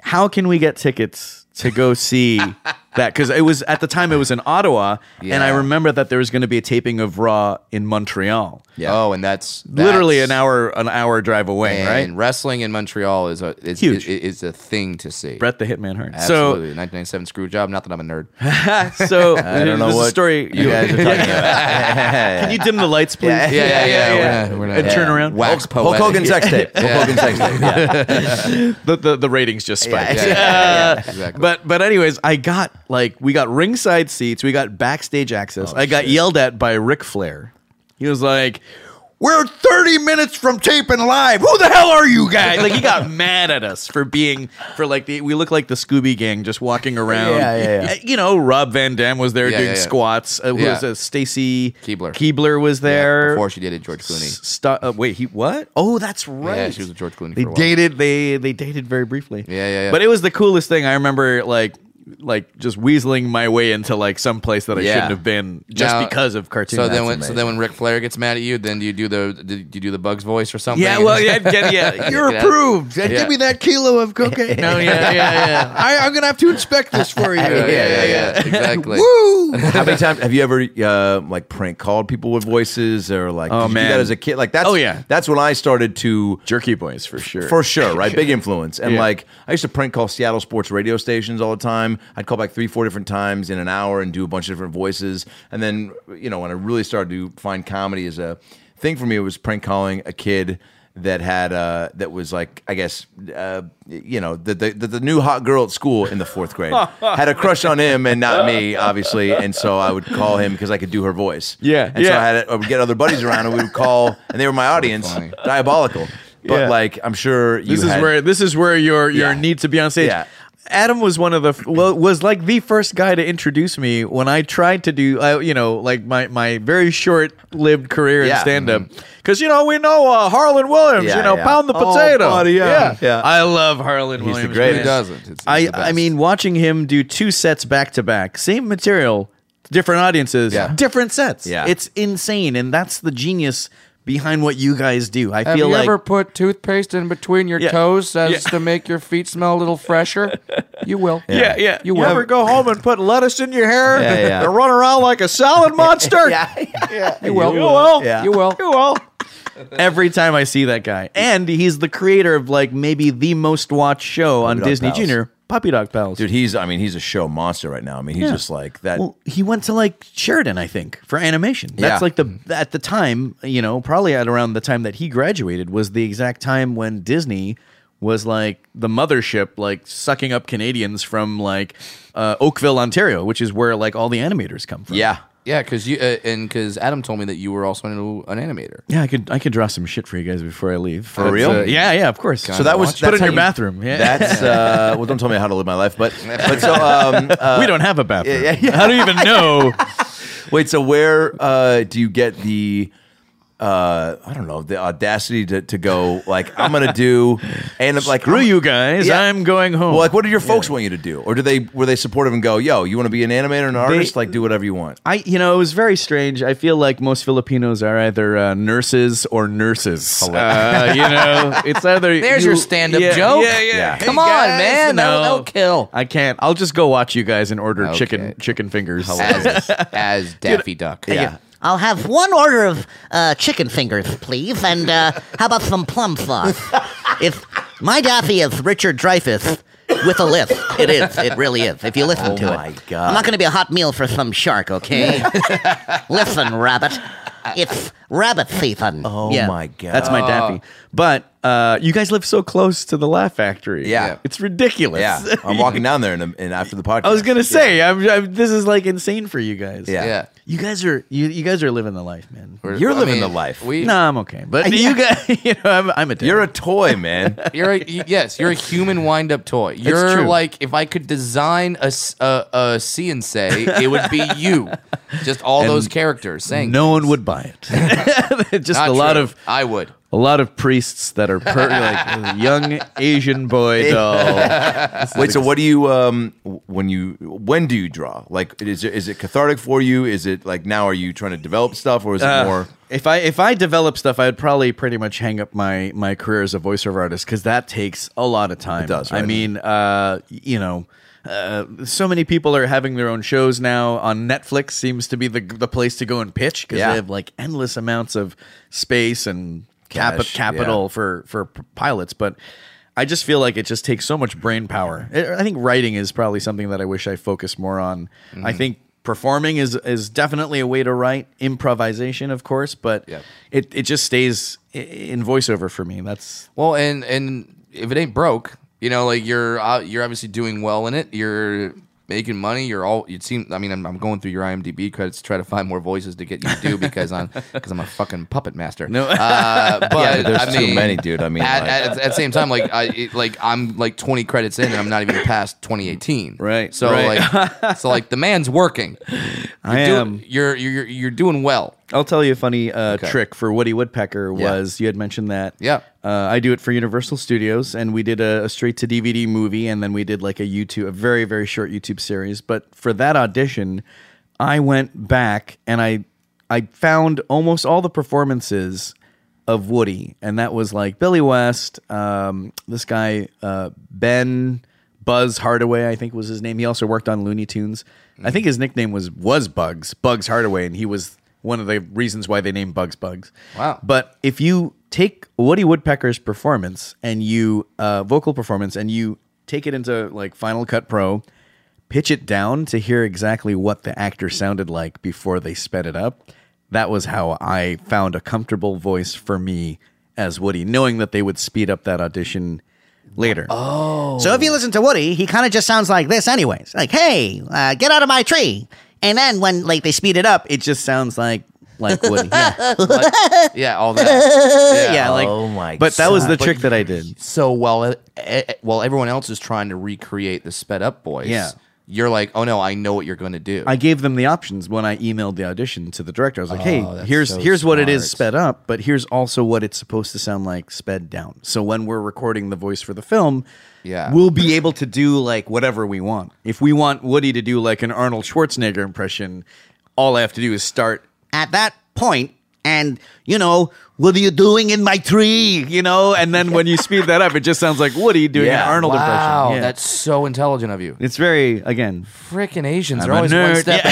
S3: How can we get tickets to go see that? Because it was at the time it was in Ottawa, and I
S4: Yeah.
S3: remember that there was going to be a taping of Raw in Montreal.
S4: Yeah. Oh, and that's,
S3: literally an hour an hour drive away,
S4: and
S3: right?
S4: wrestling in Montreal is a is,
S3: Huge.
S4: is, is a thing to see.
S3: Brett the Hitman Hart.
S4: Absolutely, 1997 screw job. Not that I'm a nerd.
S3: So, so
S4: I don't know
S3: this is
S4: what
S3: a story
S4: you guys are talking about.
S3: Can you dim the lights, please?
S4: Yeah, yeah, yeah. yeah, We're not, we're not,
S3: And turn around.
S4: Wax
S3: Hulk- Hulk
S4: poetic.
S3: Hogan sex tape. Hulk Hogan sex tape,
S4: Yeah.
S3: the, the the ratings just spiked.
S4: Yeah, yeah, yeah, yeah,
S3: Uh,
S4: exactly.
S3: But but anyways, I got like we got ringside seats, we got backstage
S6: Oh,
S3: access. I got yelled at by Ric Flair. He was like, "We're 30 minutes from taping live. Who the hell are you guys?" Like he got mad at us for being for like the we look like the Scooby Gang just walking around. Eh,
S6: Yeah, yeah, yeah.
S3: You know, Rob Van Dam was there
S6: Yeah,
S3: doing
S6: yeah, yeah.
S3: squats. Uh, who
S6: Yeah.
S3: was uh, Stacy
S4: Keebler.
S3: Keebler was there
S4: before she dated George Clooney.
S3: Sta- uh, wait, he what? Oh, that's right.
S4: Yeah, she was with George Clooney.
S3: They
S4: for a while.
S3: dated. They they dated very briefly.
S4: Yeah, yeah, yeah.
S3: But it was the coolest thing. I remember like like just weaseling my way into like some place that I
S4: Yeah.
S3: shouldn't have been just
S4: Now-
S3: because of cartoons.
S4: So then, when, so then when Ric Flair gets mad at you, then do you do the do you do the Bugs voice or something?
S3: yeah, well, yeah, get, yeah, you're
S4: Yeah.
S3: approved.
S4: Yeah.
S3: Give me that kilo of cocaine. No, yeah, yeah, yeah. I, I'm gonna have to inspect this for you.
S4: Yeah, yeah, yeah, yeah, exactly.
S3: Woo!
S2: How many times have you ever uh, like prank called people with voices or like
S3: Oh,
S2: did you do
S3: man.
S2: that as a kid? Like that's oh, yeah. that's when I started to
S3: jerky boys for sure.
S2: For sure, right? Big influence. And
S3: Yeah.
S2: like I used to prank call Seattle sports radio stations all the time. I'd call back three, four different times in an hour and do a bunch of different voices. And then you know, when I really started to find comedy as a thing for me, it was prank calling a kid that had uh that was like I guess uh you know the the, the, the new hot girl at school in the fourth grade had a crush on him and not me obviously and so I would call him because I could do her voice
S3: Yeah,
S2: and so
S3: yeah.
S2: I had I would get other buddies around and we would call and they were my audience diabolical but
S3: Yeah.
S2: like I'm sure you
S3: This is
S2: had-
S3: where this is where your your
S2: Yeah.
S3: need to be on stage.
S2: Yeah.
S3: Adam was one of the f- well, was like the first guy to introduce me when I tried to do uh, you know like my my very short lived career in
S6: Yeah.
S3: stand up because you know we know uh, Harlan Williams
S6: Yeah,
S3: you know
S6: yeah.
S3: pound the
S6: Oh,
S3: potato
S6: buddy, yeah. Yeah.
S3: I love Harlan
S6: He's the
S3: Williams
S6: greatest.
S3: man.
S6: Who doesn't? It's-
S3: I I mean watching him do two sets back to back same material different audiences different sets
S6: Yeah.
S3: it's insane and that's the genius behind what you guys do I
S4: Have
S3: feel
S4: you
S3: like
S4: ever put toothpaste in between your
S3: Yeah.
S4: toes as
S3: Yeah.
S4: to make your feet smell a little fresher? You will.
S3: Yeah, yeah.
S4: You
S3: You
S4: will.
S3: ever go home and put lettuce in your hair
S4: Yeah, yeah.
S3: and run around like a salad monster? yeah,
S4: You will.
S3: You will.
S4: Yeah. You will.
S3: You will. Every time I see that guy. And he's the creator of like maybe the most watched show on
S2: Dog
S3: Disney
S2: Pals.
S3: Junior, Puppy Dog Pals.
S2: Dude, he's I mean, he's a show monster right now. I mean, he's
S3: Yeah.
S2: just like that
S3: Well, he went to like Sheridan, I think, for animation. That's
S2: Yeah.
S3: like the at the time, you know, probably at around the time that he graduated was the exact time when Disney was like the mothership, like sucking up Canadians from like uh, Oakville, Ontario, which is where like all the animators come from.
S4: Yeah. Yeah, because you uh, and because Adam told me that you were also an, an animator.
S3: Yeah, I could I could draw some shit for you guys before I leave.
S4: For That's, real? uh,
S3: yeah, yeah, of course.
S4: So that was-
S3: put it
S4: that's
S3: in your
S4: how you-
S3: bathroom. Yeah,
S2: That's uh, well. Don't tell me how to live my life, but but so um, uh,
S3: we don't have a bathroom. How do you even know?
S2: Wait, so where uh, do you get the uh, I don't know the audacity to, to go like I'm gonna do and like
S3: Screw
S2: I'm-
S3: you guys, I'm going home.
S2: Well, like what did your folks want you to do, or do they were they supportive and go, yo, you want to be an animator and an
S3: They-
S2: artist, like do whatever you want.
S3: I, you know, it was very strange. I feel like most Filipinos are either uh, nurses or nurses. Uh, you know, it's either
S4: There's
S3: you-
S4: your stand-up
S3: yeah,
S4: joke.
S3: Yeah, yeah.
S4: Yeah. Come on, man. That'll- that'll kill.
S3: I can't. I'll just go watch you guys and order chicken chicken fingers
S4: As, as Daffy Duck.
S9: I'll have one order of uh, chicken fingers, please, and uh, how about some plum sauce? if my Daffy is Richard Dreyfuss with a lift, it is. It really is. If you listen
S2: Oh
S9: to it,
S2: my God.
S9: I'm not going to be a hot meal for some shark, okay? listen, rabbit, it's rabbit season.
S2: Oh my god,
S3: That's my Daffy. But uh, you guys live so close to the Laugh Factory.
S2: Yeah.
S3: it's ridiculous.
S2: Yeah, I'm walking down there and, and after the podcast.
S3: I was gonna say, I'm, I'm, this is like insane for you guys.
S2: Yeah. Yeah.
S3: you guys are you, you guys are living the life, man.
S4: We're-
S2: You're
S4: I
S2: living
S4: mean,
S2: the life.
S4: We,
S3: no, I'm okay, but
S2: Yeah.
S3: you guys, you know, I'm, I'm a.
S2: You're a toy, man.
S4: You're a, y- yes, you're a human wind-up toy. You're
S3: true.
S4: like if I could design a s- a, a CNC, it would be you. Just all
S3: And
S4: those characters saying
S3: no one would buy it. Just
S4: Not
S3: a lot
S4: true.
S3: of
S4: I would.
S3: a lot of priests that are per, like young Asian boy doll.
S2: Wait, so what do you um w- when you when do you draw? Like, is it, is it cathartic for you? Is it like now are you trying to develop stuff or is it
S3: Uh,
S2: more?
S3: if I if I develop stuff, I would probably pretty much hang up my my career as a voiceover artist because that takes a lot of time. It
S2: does,
S3: I
S2: right?
S3: mean, uh, you know. Uh, so many people are having their own shows now on Netflix. Seems to be the the place to go and pitch because
S2: Yeah.
S3: they have like endless amounts of space and capi-
S2: Cash, yeah.
S3: capital for for p- pilots. But I just feel like it just takes so much brain power. I I think writing is probably something that I wish I focused more on. I think performing is is definitely a way to write improvisation, of course, but
S4: Yeah.
S3: it it just stays i- in voiceover for me. That's
S4: Well, and and if it ain't broke, you know, like you're uh, you're obviously doing well in it. You're making money. You're all. It seem. I mean, I'm, I'm going through your IMDb credits to try to find more voices to get you to do because I'm because I'm a fucking puppet master.
S3: No.
S4: uh, but
S2: Yeah, there's
S4: I
S2: too
S4: mean,
S2: many, dude. I mean,
S4: at,
S2: like-
S4: at, at the same time, like I it, like I'm like 20 credits in, and I'm not even past 2018.
S3: Right,
S4: So
S3: right.
S4: like so like the man's working. You're
S3: I
S4: doing,
S3: am.
S4: You're you're you're doing well.
S3: I'll tell you a funny uh,
S4: Okay.
S3: trick for Woody Woodpecker
S4: Yeah.
S3: was you had mentioned that.
S4: Yeah.
S3: Uh, I do it for Universal Studios, and we did a, a straight to DVD movie, and then we did like a YouTube, a very very short YouTube series. But for that audition, I went back and I I found almost all the performances of Woody, and that was like Billy West, um, this guy uh, Ben Buzz Hardaway, I think was his name. He also worked on Looney Tunes. I think his nickname was was Bugs Bugs Hardaway, and he was one of the reasons why they named Bugs Bugs.
S4: Wow.
S3: But if you take Woody Woodpecker's performance and you uh, vocal performance and you take it into like Final Cut Pro, pitch it down to hear exactly what the actor sounded like before they sped it up. That was how I found a comfortable voice for me as Woody, knowing that they would speed up that audition later.
S9: So if you listen to Woody, he kind of just sounds like this, anyways. Like, hey, uh, get out of my tree. And then when like they speed it up,
S3: It just sounds like
S7: like Woody. Yeah,
S4: Like- yeah, all that. Yeah,
S7: Yeah, like.
S2: Oh
S7: Oh But that was the trick that I did.
S4: So while e- e- while everyone else is trying to recreate the sped up voice,
S7: Yeah.
S4: you're like, oh no, I know what you're going to do.
S7: I gave them the options when I emailed the audition to the director. I was like,
S4: Oh,
S7: "Hey,
S4: that's
S7: here's
S4: so
S7: here's what it is
S4: smart.
S7: sped up, but here's also what it's supposed to sound like sped down." So when we're recording the voice for the film,
S4: Yeah.
S7: we'll be able to do like whatever we want. If we want Woody to do like an Arnold Schwarzenegger impression, all I have to do is start
S3: At that point, and you know, what are you doing in my tree?
S7: you know, and then when you speed that up, it just sounds like Woody doing
S4: Yeah.
S7: an Arnold
S4: wow,
S7: impression. Yeah.
S4: that's so intelligent of you.
S7: it's very again.
S4: Freaking Asians
S7: I'm
S4: are
S7: a
S4: always one
S7: nerd.
S4: step
S7: Yeah.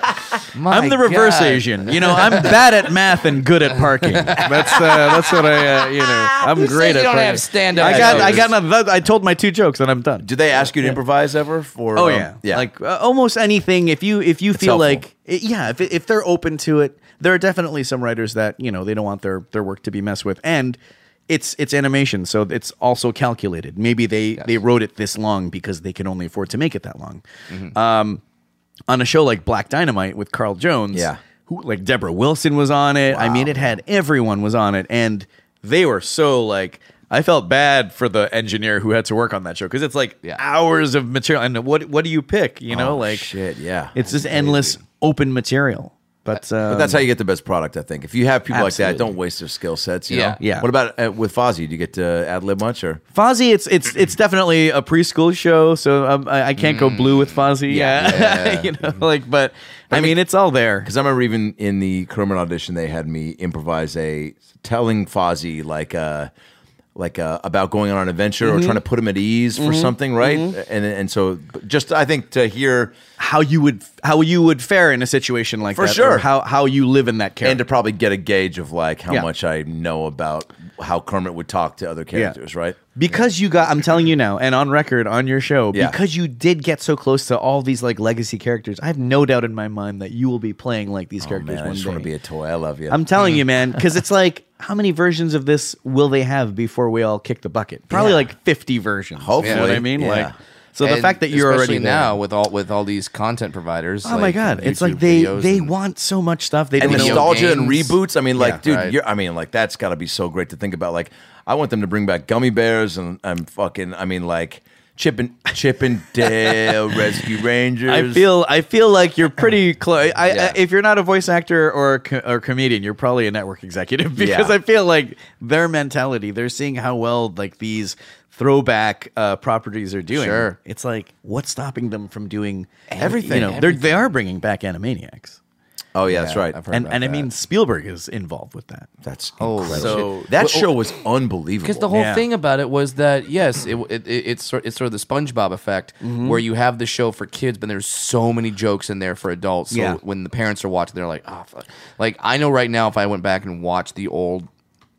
S4: ahead. My
S7: I'm the reverse
S4: God.
S7: Asian. You know, I'm bad at math and good at parking. That's uh, that's what I uh, you know. I'm
S4: Who says
S7: great
S4: you
S7: at.
S4: don't
S7: parking.
S4: have stand-up
S7: I got I
S4: jokes?
S7: got another, I told my two jokes and I'm done.
S2: Did they ask you to improvise ever? For
S7: Oh
S2: um,
S7: yeah,
S2: yeah.
S7: Like uh, almost anything. If you if you
S2: helpful.
S7: feel like i- yeah, if if they're open to it, there are definitely some writers that you know they don't want their their work to be messed with and. It's it's animation, so it's also calculated. Maybe they they wrote it this long because they can only afford to make it that long.
S2: Mm-hmm.
S7: Um, on a show like Black Dynamite with Carl Jones,
S2: Yeah.
S7: who like Deborah Wilson was on it. I mean, it had everyone was on it, and they were so like. I felt bad for the engineer who had to work on that show because it's like
S4: Yeah.
S7: hours of material, and what what do you pick? You know,
S2: Oh,
S7: like
S2: shit, yeah.
S7: it's just endless open material. But, um,
S2: But that's how you get the best product, I think. If you have people like that,
S7: Absolutely.
S2: don't waste their skill sets. You
S4: Yeah.
S2: know?
S7: Yeah.
S2: What about uh, with Fozzie? Do you get to ad lib much or?
S7: Fozzie, it's it's it's definitely a preschool show, so um, I, I can't go blue with Fozzie. Yeah, you know, like, but I mean, it's all there.
S2: Because I remember even in the Kerman audition, they had me improvise a telling Fozzie like uh like uh, about going on an adventure
S7: Mm-hmm.
S2: or trying to put him at ease for something, right? And and so just I think to hear
S7: How you would how you would fare in a situation like
S2: For
S7: that, or
S2: sure.
S7: how how you live in that character.
S2: and to probably get a gauge of like how
S7: Yeah.
S2: much I know about how Kermit would talk to other characters, right?
S7: because you got i'm telling you now and on record on your show
S2: Yeah.
S7: because you did get so close to all these like legacy characters i have no doubt in my mind that you will be playing like these
S2: Oh,
S7: characters
S2: man, I
S7: one
S2: just
S7: day
S2: want to be a Mm-hmm. toy. I love you.
S7: i'm telling you man because it's like how many versions of this will they have before we all kick the bucket probably
S2: Yeah.
S7: like 50 versions you know what
S2: Hopefully,
S7: i mean
S2: yeah.
S7: like so the
S4: And
S7: fact that you're
S4: especially
S7: already there-
S4: now with all with all these content providers.
S7: oh my god it's like they they want so much stuff they
S2: and
S7: don't
S4: video
S7: know
S2: nostalgia and
S4: games.
S2: reboots. I mean, like,
S7: Yeah,
S2: dude,
S4: right.
S2: you're, I mean, like, that's got to be so great to think about. Like, I want them to bring back gummy bears and I'm fucking. I mean, like, Chip and Chip and Dale Rescue Rangers.
S7: I feel I feel like you're pretty close. I,
S2: Yeah.
S7: I, if you're not a voice actor or a co- or comedian, you're probably a network executive because
S2: Yeah.
S7: I feel like their mentality. They're seeing how well like these throwback uh, properties are doing.
S4: Sure.
S7: It's like what's stopping them from doing
S2: Everything.
S7: You know, they're they are bringing back Animaniacs,
S2: Oh yeah, that's right.
S4: I've heard
S7: and
S4: about
S7: and I
S4: that.
S7: mean Spielberg is involved with that.
S2: That's
S4: Oh,
S2: incredible.
S4: so-
S2: that show was unbelievable.
S4: Because the whole
S7: Yeah.
S4: thing about it was that yes, it, it, it it's sort it's sort of the SpongeBob effect where you have the show for kids, but there's so many jokes in there for adults. So
S7: Yeah.
S4: when the parents are watching, they're like, oh, fuck. like I know right now if I went back and watched the old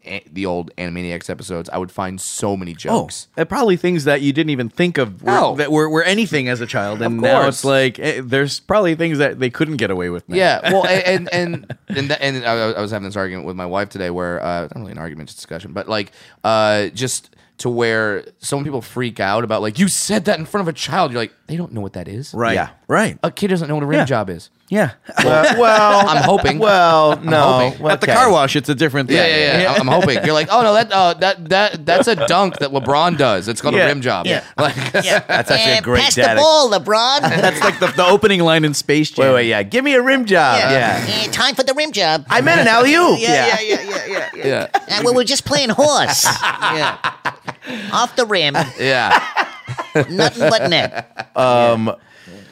S4: eh, the old Animaniacs episodes, I would find so many jokes.
S7: Uh, probably things that you didn't even think of were,
S4: No.
S7: that were, were anything as a child, and now
S4: course.
S7: it's like eh, there's probably things that they couldn't get away with. Now.
S4: Yeah, well, and and and and, that, and I, I was having this argument with my wife today, where uh, not really an argument, just discussion, but like uh, just to where some people freak out about like you said that in front of a child. You're like they don't know what that is.
S7: right,
S2: Yeah.
S7: right,
S4: A kid doesn't know what a rim job is.
S7: yeah. Oh,
S2: well, well,
S4: I'm hoping.
S2: Well, no.
S4: hoping.
S2: Well,
S7: At the
S2: okay.
S7: car wash, it's a different thing.
S4: Yeah, yeah, yeah. I'm I'm hoping you're like, oh no, that uh, that that that's a dunk that LeBron does. It's called a
S7: Yeah.
S4: rim job.
S3: Yeah.
S4: Like,
S2: That's actually a
S3: Eh,
S2: great
S3: pass
S2: dad.
S3: the ball, LeBron.
S7: That's like the, the opening line in Space Jam.
S2: Wait, wait, yeah. Give me a rim job. Yeah.
S3: Eh, time for the rim job.
S2: I meant an alley oop.
S3: yeah, yeah, yeah, yeah, yeah.
S4: yeah,
S3: Uh, well, we're just playing horse.
S4: yeah,
S3: Off the rim,
S4: yeah.
S3: nothing but net.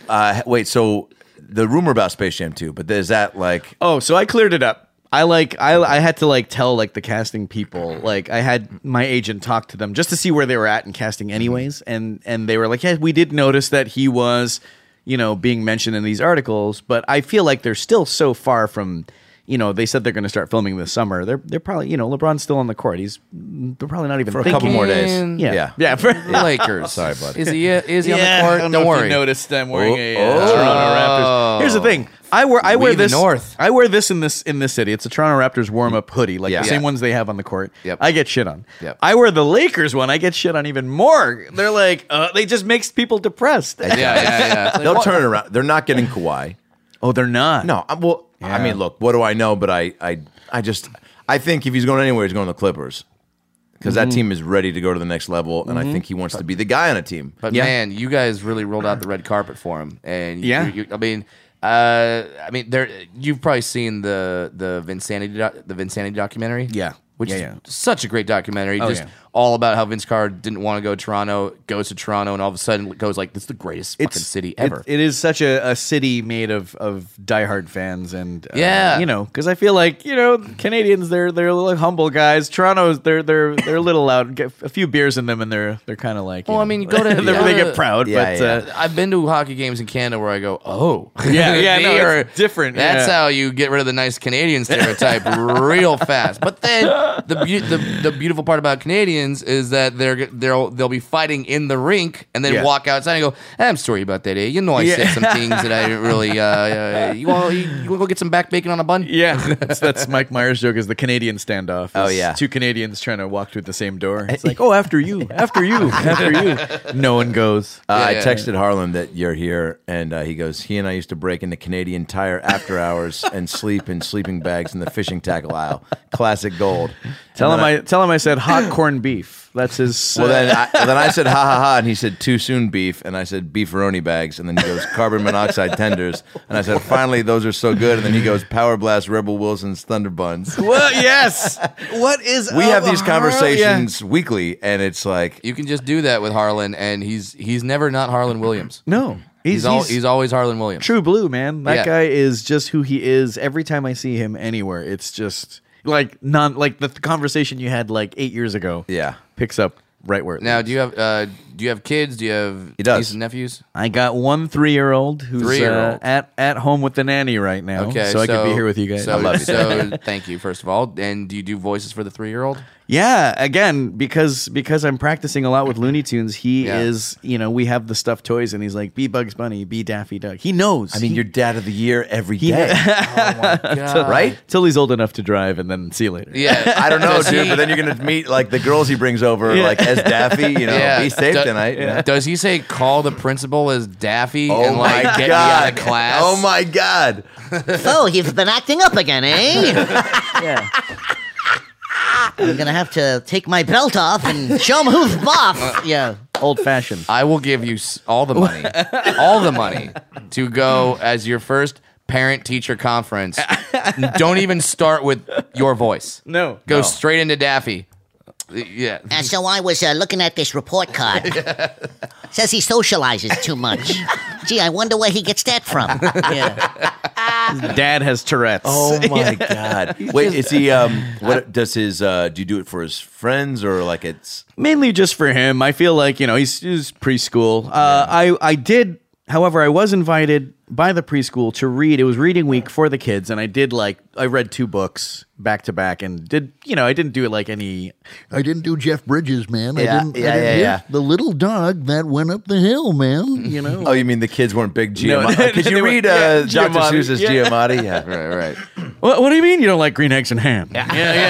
S2: Uh, wait, so the rumor about Space Jam 2, but is that like
S7: Oh, so I cleared it up. I like I I had to like tell like the casting people like I had my agent talk to them just to see where they were at in casting anyways and and they were like yeah we did notice that he was you know being mentioned in these articles but I feel like they're still so far from you know they said they're going to start filming this summer they're they're probably you know LeBron's still on the court he's they're probably not even
S2: for a
S7: thinking.
S2: couple more days?
S7: yeah yeah,
S2: yeah.
S7: for,
S4: Lakers. Sorry, buddy. Is he is he on the court? Don't worry. Oh,
S7: noticed them wearing
S2: a,
S7: a
S2: uh,
S7: Toronto Raptors. Here's the thing. I wear I wear
S4: We the
S7: this
S4: North.
S7: I wear this in this in this city. It's a Toronto Raptors warm up hoodie, like
S2: Yeah.
S7: the same
S2: Yeah.
S7: ones they have on the court.
S4: Yep.
S7: I get shit on.
S4: Yep.
S7: I wear the Lakers one. I get shit on even more. They're like, uh, they just makes people depressed.
S4: Yeah, yeah, yeah.
S2: They'll turn it around. They're not getting Kawhi.
S7: oh, they're not.
S2: No, I'm, well, I mean, look, what do I know? But I, I, I just, I think if he's going anywhere, he's going to the Clippers because that
S7: Mm-hmm.
S4: Mhm.
S2: team is ready to go to the next level, and I
S4: Mhm.
S2: think he wants to be the guy on a team.
S4: But man, you guys really rolled out the red carpet for him, and you-
S2: Yeah.
S4: you- I mean, uh, I mean, there you've probably seen the the Vinsanity doc, the Vinsanity documentary, yeah, which
S7: Yeah,
S4: is
S7: yeah.
S4: such a great documentary,
S7: Oh,
S4: just
S7: yeah.
S4: all about how Vince Carr didn't want to go to Toronto, goes to Toronto, and all of a sudden goes like, "This is the greatest fucking city
S7: it-
S4: ever."
S7: it is such a, a city made of of diehard fans, and uh,
S4: Yeah.
S7: you know, because I feel like you know Canadians, they're they're little humble guys. Toronto's they're they're they're a little loud. Get a few beers in them, and they're they're kind of like. you
S4: well, I
S7: know,
S4: mean, you go to
S7: they,
S4: go
S7: they
S4: to-
S7: get proud, but Uh,
S4: I've been to hockey games in Canada where I go, "Oh,
S7: Yeah, yeah,
S4: They
S7: no, it's
S4: are-
S7: different,
S4: That's
S7: yeah.
S4: how you get rid of the nice Canadian stereotype real fast." But then the, beau the the beautiful part about Canadians is that they're they'll they'll be fighting in the rink and then
S7: Yeah.
S4: walk outside and go, "I'm sorry about that. Eh? You know, I
S7: Yeah.
S4: said some things that I didn't really. Uh, uh, you want you, want to go get some back bacon on a bun?
S7: yeah, that's, that's Mike Myers' joke is the Canadian standoff.
S4: Oh,
S7: It's
S4: yeah.
S7: two Canadians trying to walk through the same door. It's like, oh, after you, after you, after you. No one goes.
S2: Uh,
S7: Yeah,
S2: I
S7: yeah.
S2: texted Harlan that you're here, and uh, he goes, He and I used to break into Canadian tire after hours and sleep in sleeping bags in the fishing tackle aisle. Classic gold.
S7: Tell
S2: And
S7: him
S2: then
S7: I, tell him I said hot corned beef. That's his.
S2: Well,
S7: uh,
S2: then I, then I said, ha ha ha. And he said, too soon beef. And I said, beefaroni bags. And then he goes, carbon monoxide tenders. And I said, finally, those are so good. And then he goes, Power Blast Rebel Wilson's Thunder Buns.
S7: What? Yes. What is?
S2: We
S7: up,
S2: have these
S7: Harlan?
S2: conversations weekly, and it's like,
S4: You can just do that with Harlan, and he's he's never not Harlan Williams.
S7: No,
S4: He's,
S7: he's-
S4: al-
S7: he's-
S4: he's always Harlan Williams.
S7: Yeah. True blue, man.
S4: Yeah.
S7: That guy is just who he is. Every time I see him anywhere, it's just like non like the th- conversation you had like eight years ago.
S2: Yeah,
S7: picks up right where. it
S4: Now,
S7: leaves.
S4: do you have uh, do you have kids? Do you have nieces and nephews?
S7: I got one three year old who's
S4: Three-year-old.
S7: uh, at at home with the nanny right now.
S4: Okay,
S7: so, I could be here with you guys.
S4: So, so thank you first of all. And do you do voices for the three year old?
S7: Yeah, again, because because I'm practicing a lot with Looney Tunes, he
S4: Yeah.
S7: is, you know, we have the stuffed toys and he's like, be Bugs Bunny, be Daffy Duck. He knows. I mean,
S2: you're dad of the year every
S7: day. right? Till he's old enough to drive and then see you later.
S4: Yeah,
S2: I don't know,
S4: Does
S2: dude.
S4: he-
S2: But then you're gonna meet like the girls he brings over,
S7: Yeah.
S2: like as Daffy. You know,
S4: Yeah.
S2: be safe
S4: Do-
S2: tonight. you know?
S4: Does he say call the principal as Daffy
S2: Oh
S4: and like
S2: my
S4: get me out
S2: God.
S4: of class?
S2: Oh my god!
S3: so Oh, you've been acting up again, eh? I'm gonna have to take my belt off and show him who's boss. Uh, Yeah.
S7: Old fashioned.
S4: I will give you s- all the money, all the money to go as your first parent teacher conference. don't even start with your voice.
S7: No.
S4: Go
S7: No.
S4: straight into Daffy. Yeah.
S3: And so I was uh, looking at this report card. Says he socializes too much. Gee, I wonder where he gets that from. Yeah.
S7: Dad has Tourette's.
S2: Oh my god! Wait, is he? Um, what does his? Uh, do you do it for his friends or like it's?
S7: mainly just for him. I feel like you know he's, he's preschool. Uh, I I did, however, I was invited by the preschool to read. It was reading week for the kids, and I did like I read two books back to back, and did you know I didn't do it like any.
S5: I didn't do Jeff Bridges, man.
S7: Yeah,
S5: I didn't,
S7: yeah,
S5: I didn't
S7: yeah,
S5: hit
S7: yeah.
S5: the little dog that went up the hill, man. You know.
S2: Oh, you mean the kids weren't big
S7: No,
S2: Giamatti? Because
S7: they
S2: you
S7: were-
S2: read
S7: yeah,
S2: uh, Dr.
S7: Giamatti,
S2: Seuss's
S7: yeah.
S2: Giamatti? Yeah,
S4: right, right.
S7: What, what do you mean you don't like green eggs and ham? Yeah, yeah, yeah.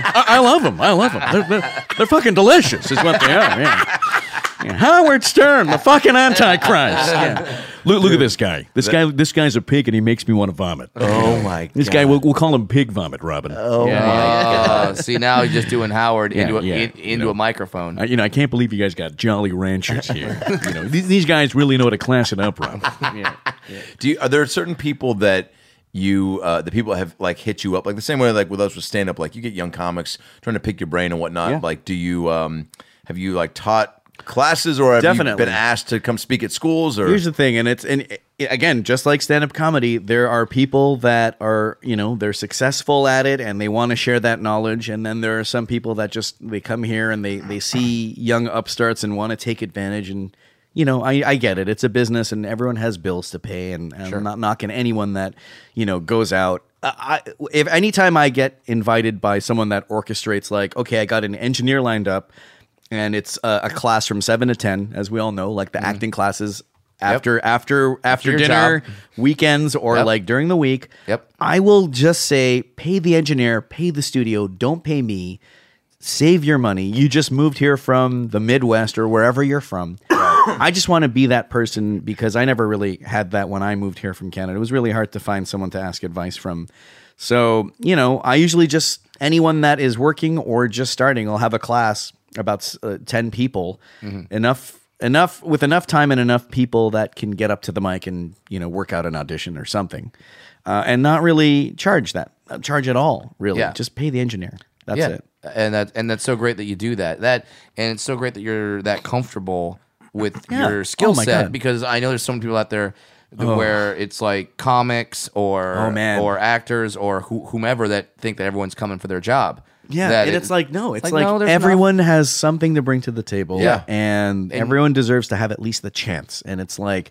S7: yeah. I, I love them. I love them. They're, they're, they're fucking delicious. Is what they are. Yeah. Yeah, Howard Stern, the fucking Antichrist. Yeah.
S11: Look, look at this guy. This
S7: The-
S11: guy, this guy's a pig, and he makes me want to vomit.
S2: Oh my!
S11: This guy, we'll, we'll call him Pig Vomit Robin.
S4: Oh, see now you're just doing Howard
S11: Yeah,
S4: into a,
S11: yeah,
S4: in- into a microphone.
S11: I, you know, I can't believe you guys got Jolly Ranchers here. you know, these, these guys really know how to class it up, Rob.
S2: Do you, are there certain people that you uh, the people have like hit you up like the same way like with us with stand up like you get young comics trying to pick your brain and whatnot
S7: Yeah.
S2: like do you um have you like taught classes or have
S7: Definitely.
S2: you been asked to come speak at schools or
S7: Here's the thing, and it's and i- again, just like stand up comedy, there are people that are you know they're successful at it and they want to share that knowledge, and then there are some people that just they come here and they they see young upstarts and want to take advantage and. You know, I, I get it. It's a business, and everyone has bills to pay. And, and I'm not knocking anyone that, you know, goes out. I, I- if anytime I get invited by someone that orchestrates, like, okay, I got an engineer lined up, and it's a, a class from seven to ten, as we all know, like the acting classes after after after
S4: your
S7: dinner,
S4: job.
S7: weekends, or
S4: Yep.
S7: like during the week. Yep. I will just say, pay the engineer, pay the studio, don't pay me. Save your money. You just moved here from the Midwest or wherever you're from. I just want to be that person because I never really had that when I moved here from Canada. It was really hard to find someone to ask advice from. So, you know, I usually just anyone that is working or just starting, I'll have a class about uh, 10 people,
S4: Mm-hmm.
S7: enough enough with enough time and enough people that can get up to the mic and, you know, work out an audition or something. Uh, and not really charge that. uh, Charge at all, really.
S4: Yeah.
S7: Just pay the engineer. That's
S4: Yeah.
S7: it.
S4: And that and that's so great that you do that. That and it's so great that you're that comfortable with
S7: Yeah.
S4: your skill
S7: Oh my
S4: set
S7: God.
S4: because I know there's so many people out there th-
S7: Oh.
S4: where it's like comics or
S7: Oh, man.
S4: or actors or who whomever that think that everyone's coming for their job.
S7: Yeah,
S4: That
S7: and
S4: it-
S7: it's like no, it's,
S4: like,
S7: like,
S4: no, there's
S7: everyone has something to bring to the table.
S4: Yeah. And-
S7: and, everyone deserves to have at least the chance. And it's like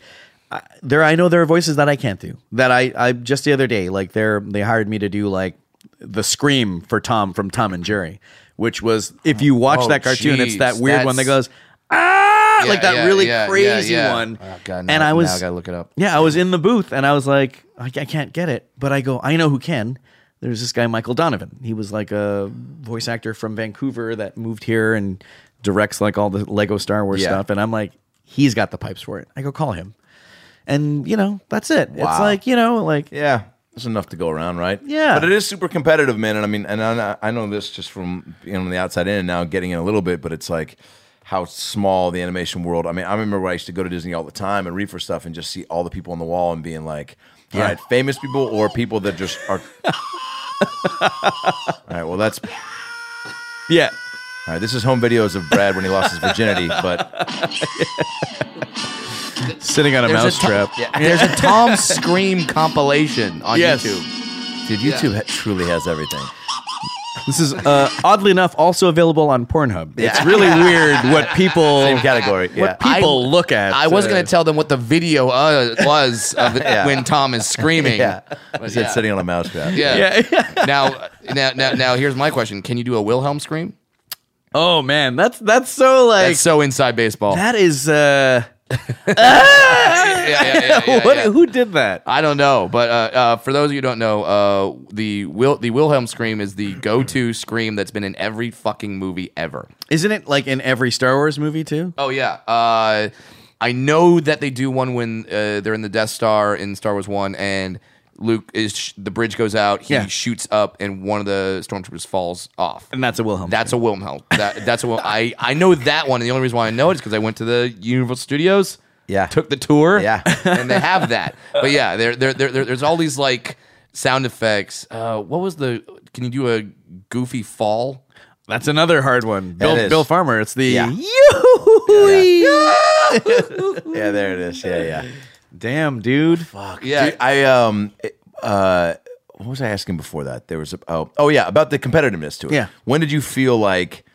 S7: I, there, I know there are voices that I can't do. That I, I just the other day, like they're they hired me to do like the scream for Tom from Tom and Jerry, which was if you watch
S3: Oh,
S7: that cartoon, it's that
S3: jeez,
S7: weird one that
S3: that's-
S7: goes ah,
S3: Yeah,
S7: like that
S3: yeah,
S7: really
S3: yeah, yeah,
S7: crazy
S3: yeah.
S7: one.
S3: Oh, God,
S4: now-
S7: and I
S4: now
S7: was
S4: I gotta look it up.
S7: Yeah, I was in the booth and I was like, I, I can't get it, but I go, I know who can. There's this guy Michael Donovan. He was like a voice actor from Vancouver that moved here and directs like all the Lego Star Wars
S3: Yeah.
S7: stuff. And I'm like, he's got the pipes for it. I go call him, and you know that's it. It's
S2: Wow.
S7: like you know like
S2: yeah, there's enough to go around, right?
S7: Yeah.
S2: but it is super competitive, man. And I mean, and I, I know this just from being on the outside in and now getting in a little bit, but it's like how small the animation world. I mean, I remember when I used to go to Disney all the time and read for stuff and just see all the people on the wall and being like, all
S3: Yeah.
S2: right, famous people or people that just are. all right, well that's
S7: yeah.
S2: All right, this is home videos of Brad when he lost his virginity, but
S7: sitting on
S2: a
S4: There's
S2: mouse
S4: Tom-
S2: trap.
S4: yeah, there's a Tom Scream compilation on
S7: Yes.
S4: YouTube.
S2: Dude,
S4: Yeah.
S2: YouTube ha- truly has everything.
S7: This is uh, oddly enough also available on Pornhub. It's really weird what people
S2: Same category, yeah.
S7: What people
S4: I-
S7: look at.
S4: I was
S7: uh,
S4: gonna tell them what the video uh, was of the,
S7: Yeah.
S4: when Tom is screaming.
S7: Yeah.
S4: But
S2: Said sitting on a mouse trap.
S4: Yeah.
S7: uh,
S4: now, now, now, now, here's my question: Can you do a Wilhelm scream?
S7: Oh man, that's that's so like
S4: so inside baseball.
S7: That is uh What- who did that?
S4: I don't know, but uh, uh, for those of you who don't know, uh, the Wil- the Wilhelm scream is the go-to scream that's been in every fucking movie ever.
S7: Isn't it like in every Star Wars movie too?
S4: Oh yeah. Uh, I know that they do one when uh, they're in the Death Star in Star Wars One, and Luke is sh- the bridge goes out. He
S7: Yeah.
S4: shoots up, and one of the stormtroopers falls off.
S7: And that's a Wilhelm.
S4: That's a Wilhelm. That, that's a Wil- I I know that one. The only reason why I know it is because I went to the Universal Studios.
S2: Yeah.
S4: Took the tour. Yeah. And they have that. But yeah, there there there there- there's all these like sound effects. Uh, what was the? Can you do a goofy fall?
S7: That's another hard one.
S2: It
S7: Bill,
S2: is.
S7: Bill Farmer, it's the
S2: Yeah. yeah, there it is. Yeah, yeah.
S7: Damn, dude.
S2: Fuck.
S4: Yeah.
S2: Dude, I um uh what was I asking before that? There was a oh, oh yeah, about the competitiveness to it.
S7: Yeah.
S2: When did you feel like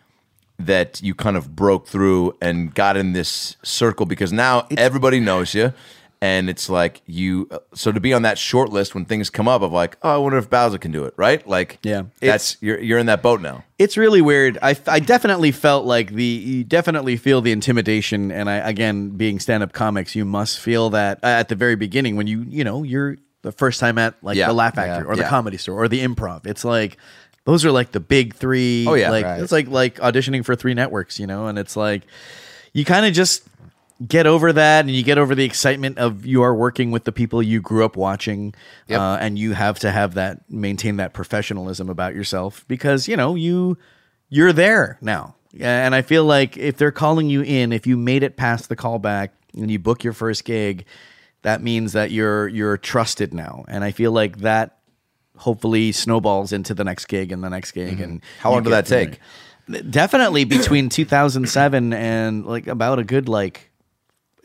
S2: that you kind of broke through and got in this circle because now everybody knows you and it's like you so to be on that short list when things come up of like, oh, I wonder if Bowser can do it, right? Like
S7: Yeah.
S2: That's you're you're in that boat now.
S7: It's really weird. I, I definitely felt like the you definitely feel the intimidation, and I again being stand up comics, you must feel that uh, at the very beginning when you you know you're the first time at like
S3: Yeah.
S7: the Laugh Factory
S3: Yeah.
S7: or the
S3: Yeah.
S7: Comedy Store or the Improv. It's like those are like the big three.
S3: Oh, yeah.
S7: like
S3: Right.
S7: it's like like auditioning for three networks, you know, and it's like you kind of just get over that and you get over the excitement of you are working with the people you grew up watching uh, and you have to have that maintain that professionalism about yourself because you know you you're there now and i feel like if they're calling you in if you made it past the callback and you book your first gig that means that you're you're trusted now and i feel like that hopefully snowballs into the next gig and the next gig and
S2: Mm-hmm. How long did
S7: you get
S2: that
S7: through
S2: take?
S7: it definitely between 2007 and like about a good like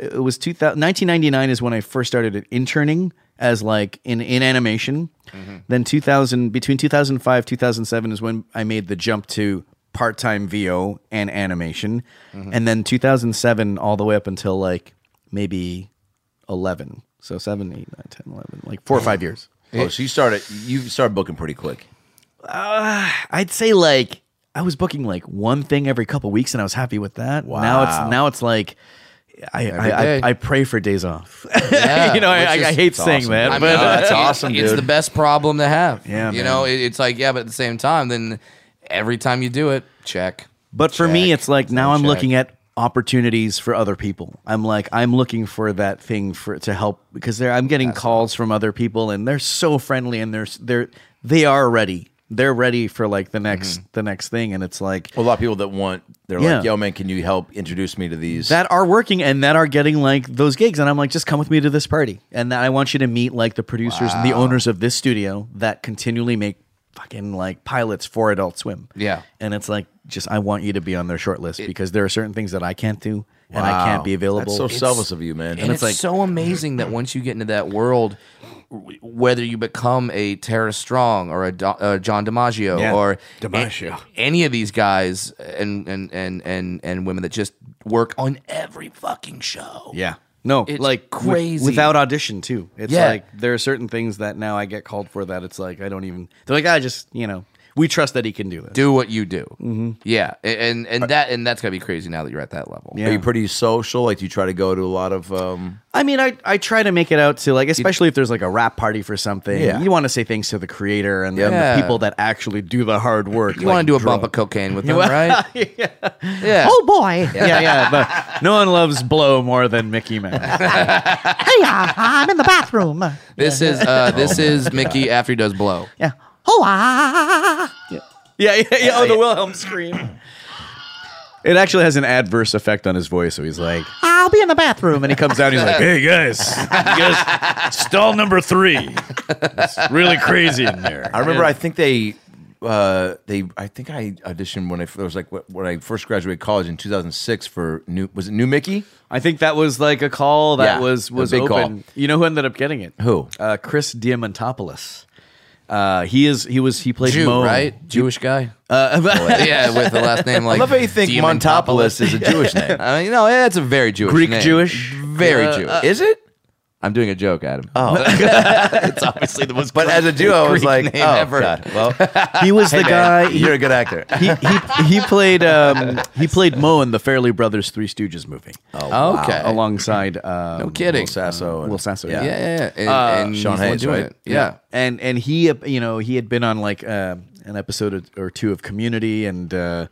S7: it was 2000, 1999 is when I first started interning as like in in animation.
S4: Mm-hmm.
S7: Then 2000 between 2005 2007 is when I made the jump to part-time VO and animation.
S4: Mm-hmm.
S7: And then 2007 all the way up until like maybe 11. So 7 8 9 10 11 like 4 or 5 years.
S2: Oh, so you started you started booking pretty quick.
S7: Uh, I'd say like I was booking like one thing every couple weeks, and I was happy with that. Now
S3: Wow.
S7: it's now it's like I
S3: Every
S7: I,
S3: day.
S7: I, I pray for days off.
S4: Yeah,
S7: you know, I,
S4: which
S7: I, I
S4: is-
S7: hate
S4: it's
S7: saying
S4: awesome.
S7: that,
S4: I mean,
S7: but
S4: no, it's awesome, It's dude. the best problem to have.
S7: Yeah,
S4: you
S7: man.
S4: know, it, it's like yeah, but at the same time, then every time you do it, check.
S7: But for me, it's like now I'm looking at opportunities for other people. I'm like I'm looking for that thing for to help because there I'm getting calls from other people and they're so friendly and they're s- they're they are ready. They're ready for like the next the next thing and it's like
S2: a lot of people that want they're
S7: Yeah.
S2: like, yo, man, can you help introduce me to these?
S7: that are working and that are getting like those gigs and i'm like just come with me to this party and that i want you to meet like the producers and the
S2: Wow.
S7: owners of this studio that continually make fucking like pilots for adult swim
S4: Yeah.
S7: and it's like just i want you to be on their short list because there are certain things that i can't do and i can't be available
S4: It's- And, it's,
S7: like
S4: so amazing that once you get into that world, w- whether you become a Tara Strong or a Do- uh, John DiMaggio
S7: Yeah.
S4: or a-
S7: DiMaggio.
S4: any of these guys and and and and and women that just work on every fucking show.
S7: yeah no
S4: It's
S7: like wi-
S4: crazy.
S7: without audition too it's
S4: Yeah.
S7: like there are certain things that now i get called for that it's like i don't even they're like i just you know we trust that he can do this
S4: Do what you do.
S7: Mhm.
S4: Yeah, a- and and that and that's gonna be crazy now that you're at that level.
S2: Are you pretty social? Like, do you try to go to a lot of? um
S7: I mean, I, I try to make it out to like, especially if there's like a rap party for something.
S2: Yeah.
S7: You want to say thanks to the creator and, and
S4: Yeah.
S7: the people that actually do the hard work.
S4: You wanna do a bump of cocaine with them, right? Yeah.
S7: Oh, boy.
S4: Yeah.
S7: yeah, yeah. But no one loves blow more than Mickey Mouse.
S12: Hey, uh, I'm in the bathroom.
S4: This is uh, this is Mickey after he does blow.
S12: Oh, ah.
S7: Yeah, yeah, yeah. Oh, the Wilhelm scream. It actually has an adverse effect on his voice. So he's like,
S12: I'll be in the bathroom.
S7: and he comes out and he's like, hey guys, you
S5: guys stall number three. It's really crazy in there.
S2: I remember. I think they. Uh, they, I think I auditioned when I f- it was like wh- when I first graduated college in 2006 for new was it New Mickey?
S7: I think that was like a call that was was
S2: big
S7: open.
S2: call.
S7: You know who ended up getting it?
S2: Who?
S7: Uh, Chris Diamantopoulos. Uh, he is. He was. He played
S4: Jew,
S7: Mo.
S4: right? Jewish guy.
S7: Uh,
S4: yeah, with the last name like.
S7: Diamantopoulos.
S4: I mean, you know, yeah, it's a very Jewish,
S7: Greek
S4: name.
S7: Jewish?
S4: very
S7: Uh,
S4: Jewish.
S7: uh,
S2: Is it?
S4: I'm doing a joke, Adam.
S2: Oh,
S4: it's obviously the most.
S2: But as a duo, I was
S4: Greek
S2: like,
S4: name
S2: oh
S4: ever.
S2: god. Well,
S7: He was
S2: hey,
S7: the
S2: man,
S7: guy. he-
S2: you're a good actor.
S7: he, he, he played um, he played Mo in the Fairley Brothers Three Stooges movie.
S4: Oh, wow. Okay.
S7: Alongside um, no
S4: kidding.
S7: Will Sasso. Will Sasso.
S4: yeah. Yeah, yeah, yeah. And- and
S7: Sean
S4: he's the one
S7: Hayes,
S4: doing
S7: right?
S4: it. Yeah.
S7: and and he uh, you know he had been on like uh, an episode of- or two of Community, and uh,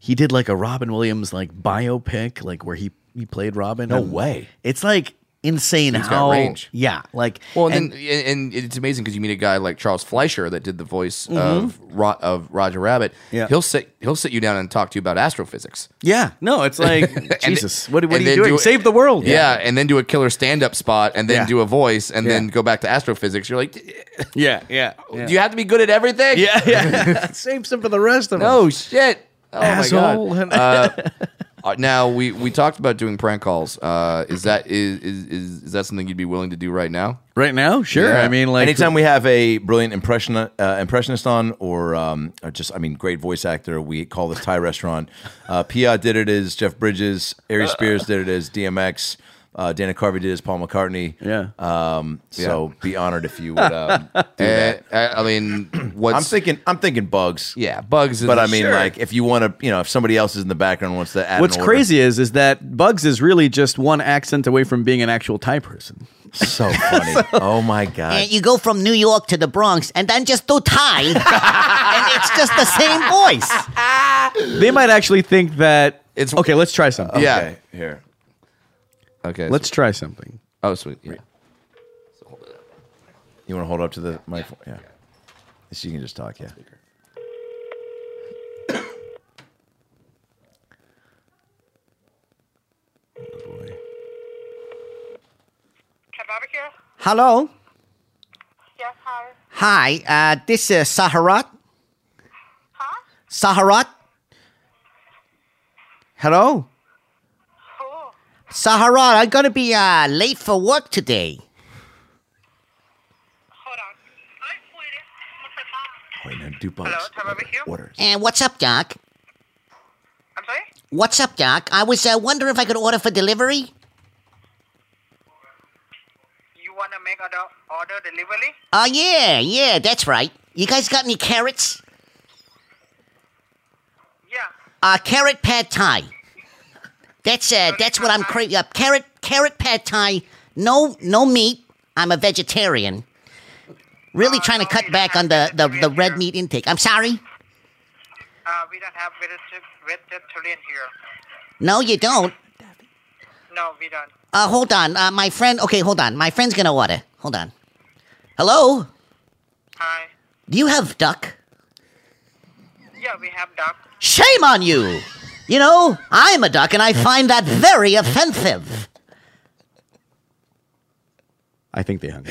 S7: he did like a Robin Williams like biopic, like where he he played Robin.
S4: No
S7: And
S4: way.
S7: It's like insane
S4: He's got
S7: how
S4: range.
S7: yeah, like
S4: Well, and, then, and, and it's amazing because you meet a guy like Charles Fleischer that did the voice of Ro- of Roger Rabbit.
S7: Yeah.
S4: he'll sit he'll sit you down and talk to you about astrophysics.
S7: yeah, no, it's like
S4: And
S7: Jesus,
S4: then-
S7: what,
S4: and
S7: what are you
S4: then
S7: doing?
S4: do-
S7: Save the world.
S4: Yeah. and then do a killer stand up spot, and then
S7: Yeah.
S4: do a voice, and then
S7: Yeah.
S4: go back to astrophysics. You're like,
S7: yeah, yeah.
S4: do you have to be good at everything?
S7: Yeah, yeah. Save some for the rest of
S4: No
S7: us.
S4: shit. Oh
S7: Asshole.
S4: my god. Uh, uh, now we we talked about doing prank calls. Uh, is that is, is is is that something you'd be willing to do right now?
S7: Right now, sure.
S4: Yeah. I mean, like-
S2: anytime we have a brilliant impression uh, impressionist on, or, um, or just I mean, great voice actor, we call this Thai restaurant. Uh, Pia did it as Jeff Bridges,
S4: Uh.
S2: Ari Spears did it as DMX, uh, Dana Carvey did as Paul McCartney. Yeah. Um, so be honored if you would um, do that.
S4: Eh, I mean, what's
S2: I'm thinking? I'm thinking bugs.
S4: Yeah, bugs. Is
S2: But I mean,
S4: sure.
S2: like, if you want to, you know, if somebody else is in the background wants to add,
S7: What's
S2: an order.
S7: crazy is is that Bugs is really just one accent away from being an actual Thai person.
S2: So funny. oh my god.
S9: And you go from New York to the Bronx and then just do Thai, and it's just the same voice.
S7: They might actually think that it's okay. Let's try something.
S2: Yeah. Here.
S4: Okay.
S7: Let's try something.
S4: Oh, sweet. Yeah.
S2: You want to hold up to the microphone? Yeah. So you can just talk. Yeah.
S12: Hello. Hi. Hi. Uh, this is Saharat. Huh? Saharat.
S7: Hello.
S9: Saharat, I'm gonna be uh, late for work today.
S2: Wait, no, do bugs.
S9: And what's up, Doc? I'm sorry. What's up, Doc? I was uh, wondering if I could order for delivery. You wanna make order delivery? Oh yeah, yeah, that's right. You guys got any carrots? Yeah. Uh, carrot pad thai. That's uh, that's what I'm craving. Uh, carrot carrot pad thai. No no meat. I'm a vegetarian. Really trying to cut back on the, the, the red meat intake. I'm sorry.
S5: Uh, we don't have vegetar- vegetarian here.
S13: No, you don't.
S5: No, we don't.
S13: Uh, hold on. Uh, my friend. Okay, hold on. My friend's gonna order. Hold on. Hello. Hi. Do you have duck?
S5: Yeah, we have duck.
S13: Shame on you. You know, I'm a duck, and I find that very offensive.
S7: I think they hung.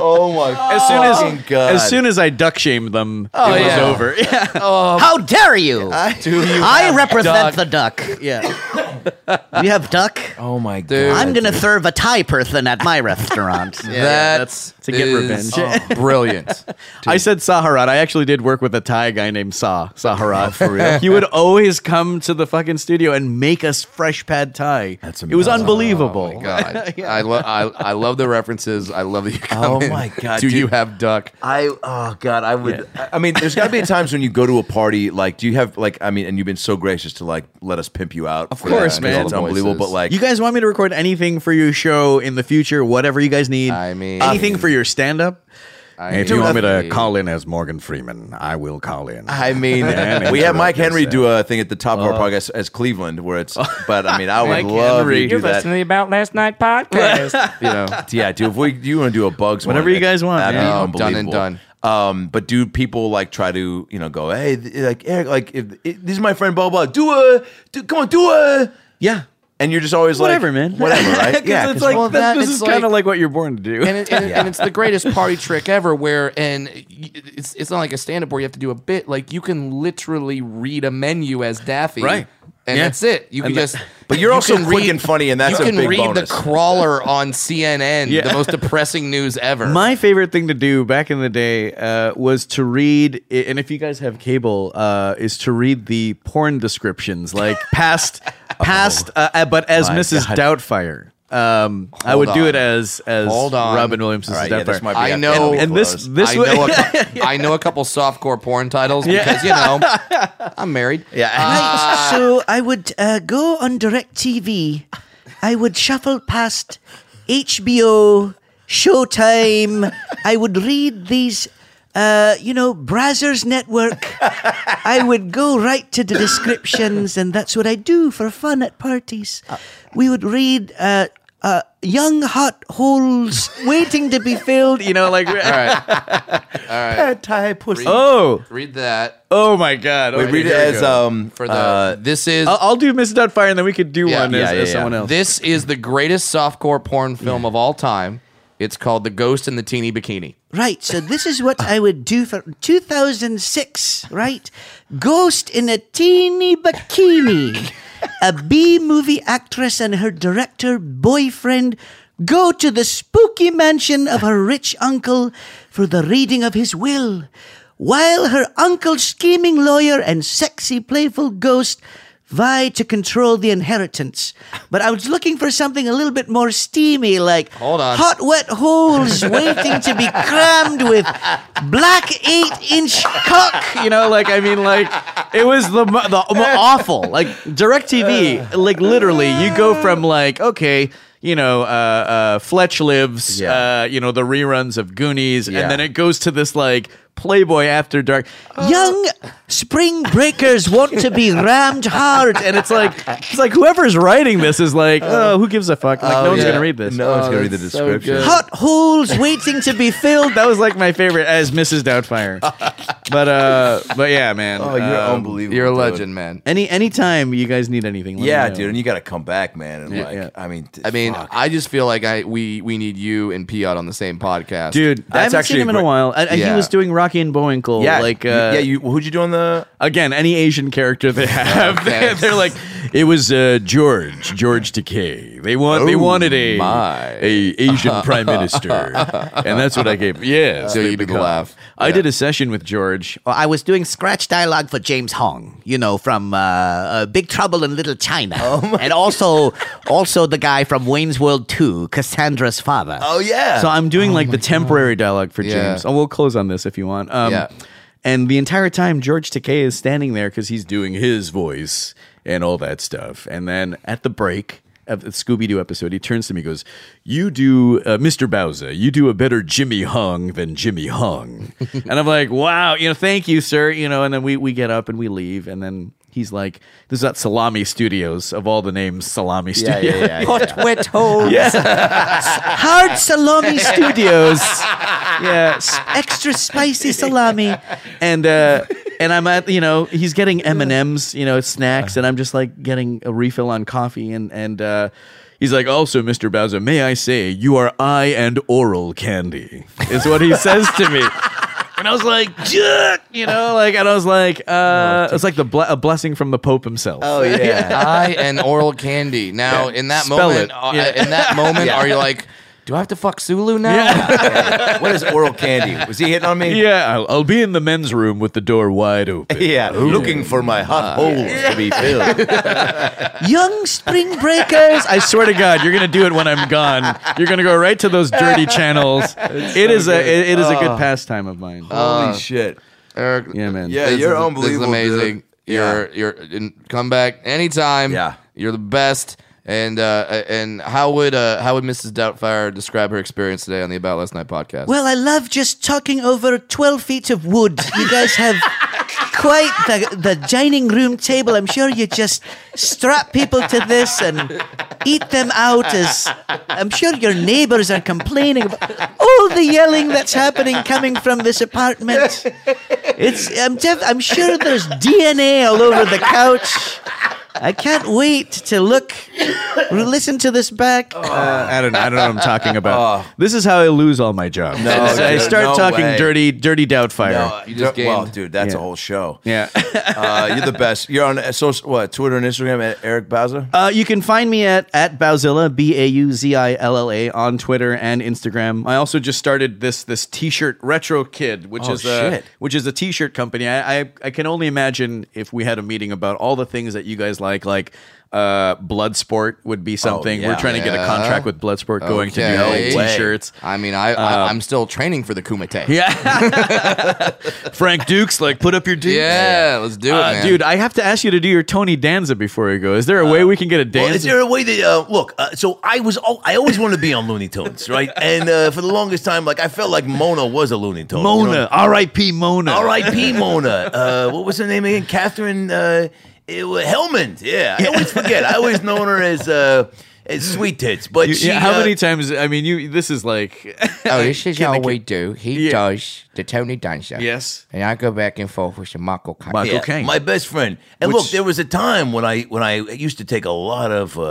S2: Oh my
S7: As soon as,
S2: fucking God.
S7: as soon as I duck shamed them,
S2: Oh,
S7: it was
S2: yeah.
S7: over.
S3: Oh.
S13: How dare you?
S2: I,
S13: I represent the duck.
S7: Yeah.
S13: You have duck?
S2: Oh my
S4: Dude.
S13: I'm gonna serve a Thai person at my restaurant.
S4: Yeah, yeah, that's- That to get is- revenge. oh, brilliant.
S7: I said Saharat. I actually did work with a Thai guy named Sa Saharat.
S4: Oh, for real?
S7: He would always come to the fucking studio and make us fresh pad Thai. That's It was
S4: amazing. Oh,
S7: unbelievable.
S4: God, I, lo- I I love the references. I love that you come
S2: Oh
S4: in.
S2: my God,
S4: Do
S2: dude.
S4: you have duck?
S2: I oh god, I would. I I mean, there's got to be times when you go to a party. Like, do you have like? I mean, and you've been so gracious to like let us pimp you out.
S7: Of course, man.
S2: It's unbelievable. But like,
S7: you guys want me to record anything for your show in the future? Whatever you guys need. I
S4: mean,
S7: anything for your stand up.
S14: if you want me to call in as Morgan Freeman, I will call in.
S2: I mean,
S14: Yeah,
S2: we had
S14: interrupt
S2: Mike Henry
S14: yourself.
S2: do a thing at the top of
S14: Oh.
S2: our podcast as Cleveland, where it's. But I mean, I would
S14: Mike
S2: love
S14: Henry.
S2: you to
S14: You're
S2: do that.
S15: Listen to the About Last Night podcast.
S2: you know. Yeah, dude. If we, you want to do a bugs,
S7: Whatever
S2: one,
S7: you guys want,
S2: that'd
S7: man.
S2: be
S7: Oh, done
S2: unbelievable.
S7: and done.
S2: Um, but dude, people like try to you know go, hey, th- like Eric, like if, if, this is my friend, blah blah. Do a, do, come on, do a,
S7: yeah.
S2: And you're just always
S7: Whatever,
S2: like,
S7: man.
S2: whatever, right?
S7: 'Cause it's like,
S4: well,
S7: this-
S4: that-
S7: this
S4: it's
S7: is kind of
S4: like-
S7: like what you're born to do.
S4: and, it, and, it- and it's the greatest party trick ever where and y- it's, it's not like a stand-up where you have to do a bit like you can literally read a menu as daffy
S2: Right.
S4: and
S2: Yeah.
S4: that's it you
S2: And
S4: can
S2: that-
S4: just
S2: but you're
S4: you
S2: also
S4: can
S2: quick and funny, and that's
S4: you
S2: a
S4: can
S2: big
S4: read
S2: bonus.
S4: the crawler on cnn
S7: Yeah.
S4: the most depressing news ever
S7: My favorite thing to do back in the day uh, was to read, and if you guys have cable, uh, is to read the porn descriptions, like past, past, uh, uh, but as
S14: My
S7: Mrs.
S14: God.
S7: Doubtfire. Um,
S4: Oh.
S7: I
S4: Hold
S7: would do
S4: on.
S7: it as as
S4: Hold on.
S7: Robin Williams' Doubtfire.
S4: I know,
S7: and this this
S4: I
S7: would-
S4: know, a, cou- I know a couple softcore porn titles
S7: Yeah.
S4: because you know I'm married.
S3: Right, so I would uh, go on direct TV. I would shuffle past HBO, Showtime. I would read these, uh, you know, Brazzers Network. I would go right to the descriptions, and that's what I do for fun at parties. We would read. Uh, uh, young hot holes waiting to be filled.
S7: You know, like all
S4: right, all right.
S3: Pad Thai pussy.
S7: Oh.
S4: read that.
S7: Oh my God!
S4: Wait,
S7: Okay,
S4: read it
S7: here we
S4: as,
S7: go.
S4: um, For the- uh, this is-
S7: I'll, I'll do Mrs. Doubtfire, and then we could do one as, as someone else.
S4: This is the greatest softcore porn film of all time. It's called The Ghost in the Teeny Bikini.
S3: Right, so this is what I would do for 2006, right? Ghost in a teeny bikini. A B movie actress and her director boyfriend go to the spooky mansion of her rich uncle for the reading of his will, while her uncle's scheming lawyer and sexy, playful ghost vie to control the inheritance. But I was looking for something a little bit more steamy, like
S4: Hold on.
S3: hot, wet holes waiting to be crammed with black eight-inch cock.
S7: you know, like I mean, like it was the mo- the, the awful like Directv. Like literally, you go from like okay, you know, uh, uh, Fletch lives, uh, you know, the reruns of Goonies,
S3: Yeah.
S7: and then it goes to this like Playboy After Dark.
S3: Young spring breakers want to be rammed hard,
S7: and it's like it's like whoever's writing this is like, oh, who gives a fuck? Like
S3: Oh,
S7: no one's
S3: yeah.
S7: gonna read this.
S3: No one's Oh, gonna read the that's so description. good.
S7: Hot holes waiting to be filled. That was like my favorite as Mrs. Doubtfire. But uh, but yeah, man.
S2: Oh, you're
S7: Um,
S2: unbelievable, You're a dude. legend, man.
S7: Any anytime you guys need anything, let me
S2: yeah,
S7: know.
S2: dude, and you got to come back, man. And
S7: Yeah,
S2: like,
S7: yeah.
S2: I mean, t-
S4: I mean,
S2: fuck.
S4: I just feel like I we we need you and Piot on the same podcast.
S7: Dude, I haven't seen him in a while. I, I- He
S4: Yeah.
S7: was doing Rocky and Bullwinkle.
S4: Yeah,
S7: like
S4: you-
S7: uh,
S4: yeah,
S2: you, who'd you do on the
S7: again? Any Asian character they have, they're,
S14: thanks.
S7: like, it was uh, George George Takei. They want they
S14: Oh,
S7: wanted a
S14: my.
S7: a Asian prime minister, and that's what I gave. Yes,
S4: So
S7: they
S4: you did
S7: become.
S4: laugh.
S7: I did a session with George.
S3: Well, I was doing scratch dialogue for James Hong, you know, from uh, uh, Big Trouble in Little China,
S4: Oh
S3: and also also the guy from Wayne's World Two, Cassandra's father.
S2: Oh, yeah.
S7: So I'm doing like the temporary dialogue for
S3: Yeah.
S7: James. Oh, we'll close on this if you want. Um,
S4: Yeah.
S7: And the entire time, George Takei is standing there because he's doing his voice and all that stuff. And then at the break, of the Scooby Doo episode, he turns to me, and goes, "You do, uh, Mr. Bowser, you do a better Jimmy Hung than Jimmy Hung," and I'm like, "Wow, you know, thank you, sir." You know, and then we we get up and we leave, and then. He's like, this is at Salami Studios of all the names, Salami
S16: Yeah, yeah,
S7: Studios.
S16: yeah, yeah.
S3: Hot wet homes.
S7: Yeah.
S3: Hard salami studios.
S7: Yes.
S3: Extra spicy salami.
S7: and uh and I'm at you know he's getting M and M's you know snacks and I'm just like getting a refill on coffee and and uh, he's like also Mr. Bowser may I say you are eye and oral candy is what he says to me and I was like "Yuck," you know like and I was like uh it's like the ble- a blessing from the Pope himself
S2: Oh,
S4: I and oral candy. Now in that
S7: Spell
S4: moment,
S7: it.
S4: uh,
S7: Yeah.
S4: in that moment,
S7: Yeah.
S4: are you like, do I have to fuck Sulu now?
S17: what is oral candy? Was he hitting on me?
S7: yeah I'll, I'll be in the men's room with the door wide open
S17: Yeah, Uh, looking for my hot holes to be filled.
S7: Young spring breakers. I swear to God, you're gonna do it when I'm gone. You're gonna go right to those dirty channels.
S16: It's
S7: It
S16: so
S7: is
S16: good.
S7: a it, it is a
S16: Oh.
S7: good pastime of mine.
S4: Uh, Eric.
S7: Yeah, man.
S4: this is- This is amazing. You're you're in, come back anytime. Yeah, you're the best. And uh, and how would uh, how would Mrs. Doubtfire describe her experience today on the About Last Night podcast?
S3: Well, I love just talking over 12 feet of wood. You guys have quite the, the dining room table. I'm sure you just strap people to this and eat them out as I'm sure your neighbors are complaining about all the yelling that's happening coming from this apartment. It's I'm def- I'm sure there's DNA all over the couch. I can't wait to look listen to this back.
S7: Uh, I don't know. I don't know what I'm talking about.
S16: Oh.
S7: This is how I lose all my jobs. I start talking dirty, dirty Doubtfire.
S17: No,
S7: You
S17: just
S7: just
S17: well,
S7: gained-
S17: dude, that's
S7: Yeah.
S17: a whole show.
S7: Yeah.
S17: uh, you're the best. You're on uh, social, what, Twitter and Instagram at Eric Bowser?
S7: Uh, you can find me at at Bowzilla B A U Z I L L A on Twitter and Instagram. I also just started this this T-shirt Retro Kid, which
S16: Oh,
S7: is a
S16: shit.
S7: which is a T-shirt company. I, I I can only imagine if we had a meeting about all the things that you guys like, like uh, Bloodsport would be something. We're
S4: Oh, yeah.
S7: trying to get a
S4: Yeah.
S7: contract with Bloodsport, going to do
S4: Okay.
S7: the T-shirts.
S4: I mean, I,
S7: Uh,
S4: I I'm still training for the Kumite.
S7: Yeah. Frank Dukes, like put up your dukes.
S4: Yeah, let's do it,
S7: Uh,
S4: man.
S7: dude. I have to ask you to do your Tony Danza before you go. Is there a
S4: Uh,
S7: way we can get a
S2: Well,
S7: Danza?
S2: is there a way that uh, look? Uh, so I was, al- I always wanted to be on Looney Tunes, right? And uh, for the longest time, like I felt like Mona was a Looney Tune. you know?
S7: Mona, R.I.P. Mona,
S2: R.I.P. Mona. Uh, what was her name again? Catherine uh, it was Hellman. Yeah, I always forget. I always known her as uh, as Sweet Tits, but
S7: You-
S2: she,
S7: yeah, how
S2: uh,
S7: many times? I mean, you. This is like.
S4: Oh, this is
S7: Can I
S4: how
S7: get-
S4: we do. He
S7: Yeah.
S4: does the Tony Danza.
S7: Yes.
S4: And I go back and forth with the Michael Caine.
S2: Yeah, my best friend. And
S4: Which-
S2: look, there was a time when I when I used to take a lot of uh,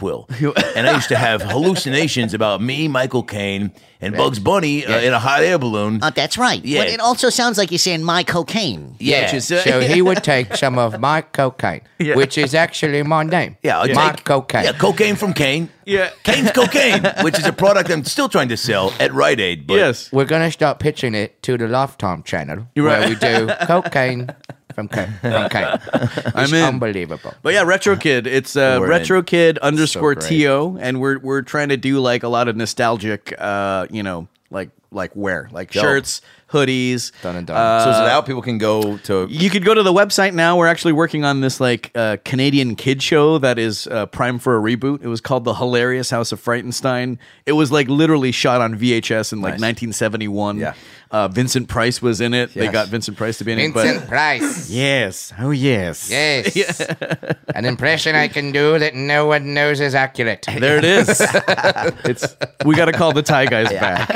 S2: Dayquil, and I used to have hallucinations about me, Michael Caine, and Bugs Bunny uh, in a hot air balloon.
S3: Oh,
S18: Uh, that's right.
S2: Yeah.
S18: But it also sounds like you're saying my cocaine.
S4: Yeah. so he would take some of my cocaine, which is actually my name.
S2: Yeah, I'll
S4: my
S2: take-
S4: cocaine.
S2: Yeah, cocaine from Kane.
S7: Yeah.
S2: Kane's cocaine, which is a product I'm still trying to sell at Rite Aid. But
S7: yes,
S4: we're gonna start pitching it to the Lifetime Channel,
S2: You're
S4: where
S2: right.
S4: we do cocaine from cocaine. From cocaine. It's
S7: I'm in.
S4: unbelievable.
S7: But yeah, Retro Kid. It's uh,
S4: We're in.
S7: Retro Kid underscore
S4: great.
S7: to, and we're we're trying to do like a lot of nostalgic, uh, you know, like like wear, like
S17: Dope.
S7: shirts, hoodies. Done and done.
S2: uh,
S17: so is it out? People can go to.
S7: You could go to the website now. We're actually working on this like uh, Canadian kid show that is uh, prime for a reboot. It was called The Hilarious House of Frightenstein. It was like literally shot on VHS in like 1971. Yeah. Uh, Vincent Price was in it. They
S4: Yes.
S7: got Vincent Price to be in it.
S4: Vincent
S7: But
S4: Price.
S7: yes, oh yes,
S4: Yes. An impression I can do that no one knows is accurate.
S7: there it is. it's we got to call the Thai guys back.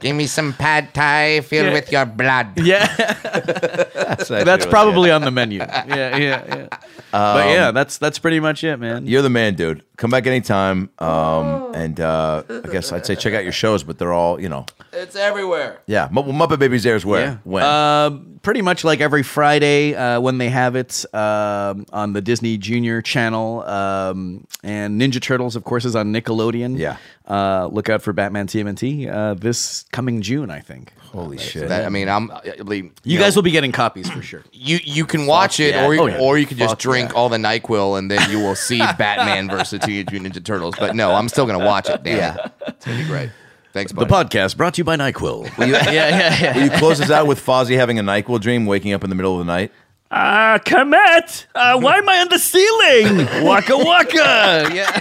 S4: Give me some pad thai filled
S7: Yeah.
S4: with your blood.
S7: Yeah. that's probably on the menu. Yeah, yeah, yeah. but yeah, that's that's pretty much it, man.
S17: You're the man, dude. Come back anytime. Um, and uh, I guess I'd say check out your shows, but they're all you know.
S4: It's everywhere.
S17: Yeah, Mu- well, Muppet Babies airs where when.
S7: Um, pretty much like every Friday uh, when they have it um, on the Disney Junior channel. Um, and Ninja Turtles, of course, is on Nickelodeon. Yeah. Uh, look out for Batman TMNT uh, this coming June, I think. Holy shit.
S4: That- I mean, I'm. I believe-
S7: you,
S4: know,
S7: guys will be getting copies for sure.
S4: You you can watch it,
S7: yeah.
S4: or you,
S7: Oh, yeah.
S4: or you can just
S7: Fuck
S4: drink all the Nyquil, and then you will see Batman versus Teenage Mutant Ninja Turtles. But no, I'm still gonna watch it. Damn it. it's gonna be great. Thanks, buddy.
S7: podcast brought to you by NyQuil.
S17: Will you,
S4: Yeah, yeah, yeah.
S17: Will you close us out with Fozzie having a NyQuil dream, waking up in the middle of the night?
S7: Ah, uh, Kemet! Uh, why am I on the ceiling? Waka waka!
S19: yeah.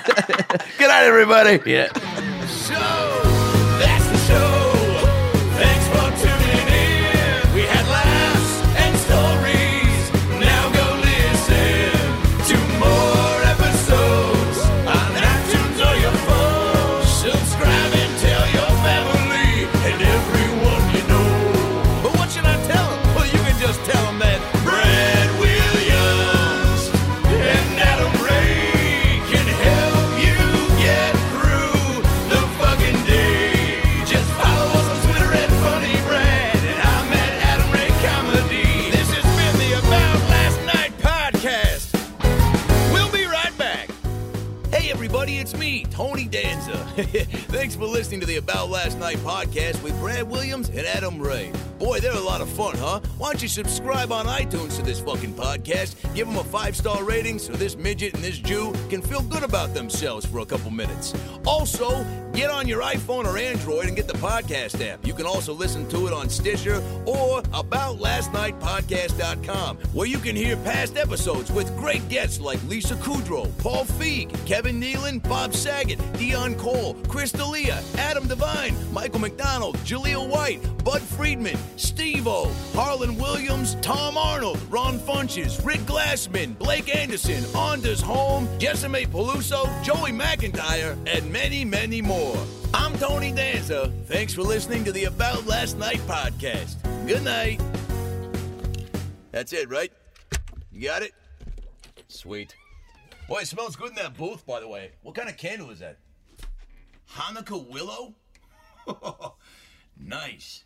S2: Good night, everybody.
S19: Yeah.
S20: That's the show. Thanks for tuning in. We had laughs and stories. Now go listen to more episodes on iTunes or your phone. Subscribe and tell your family and everyone you know. But what should I tell them? Well, you can just tell them that Brad Williams and Adam Ray can help you get through the fucking day. Just follow us on Twitter at Funny Brad, and I'm at Adam Ray Comedy. This has been the About Last Night podcast.
S2: We'll be right back. Hey, everybody, it's me, Tony Danza. Thanks for listening to the About Last Night podcast with Brad Williams and Adam Ray. Boy, they're a lot of fun, huh? Why don't you subscribe on iTunes to this fucking podcast? Give them a five star rating so this midget and this Jew can feel good about themselves for a couple minutes. Also, get on your iPhone or Android and get the podcast app. You can also listen to it on Stitcher or aboutlastnightpodcast.com, where you can hear past episodes with great guests like Lisa Kudrow, Paul Feig, Kevin Nealon, Bob Saget, Dion Cole, Chris D'Elia, Adam Devine, Michael McDonald, Jaleel White, Bud Friedman, Steve O, Harlan Williams, Tom Arnold, Ron Funches, Rick Glassman, Blake Anderson, Anders Holm, Jessime Peluso, Joey McIntyre, and many, many more.
S20: I'm Tony Danza.
S2: Thanks for listening to the About Last Night podcast. Good night. That's it, right? You got it? Sweet. Boy, it smells good in that booth, by the way. What kind of candle is that? Hanukkah Willow? nice.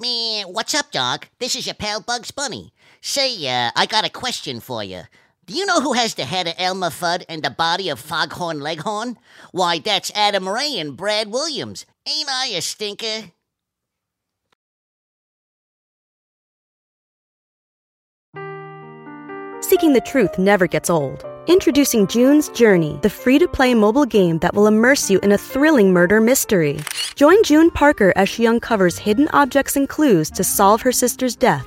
S3: Man, what's up, dog? This is your pal Bugs Bunny. Say, uh, I got a question for you. Do you know who has the head of Elmer Fudd and the body of Foghorn Leghorn? Why, that's Adam Ray and Brad Williams. Ain't I a stinker?
S21: Seeking the truth never gets old. Introducing June's Journey, the free to play mobile game that will immerse you in a thrilling murder mystery. Join June Parker as she uncovers hidden objects and clues to solve her sister's death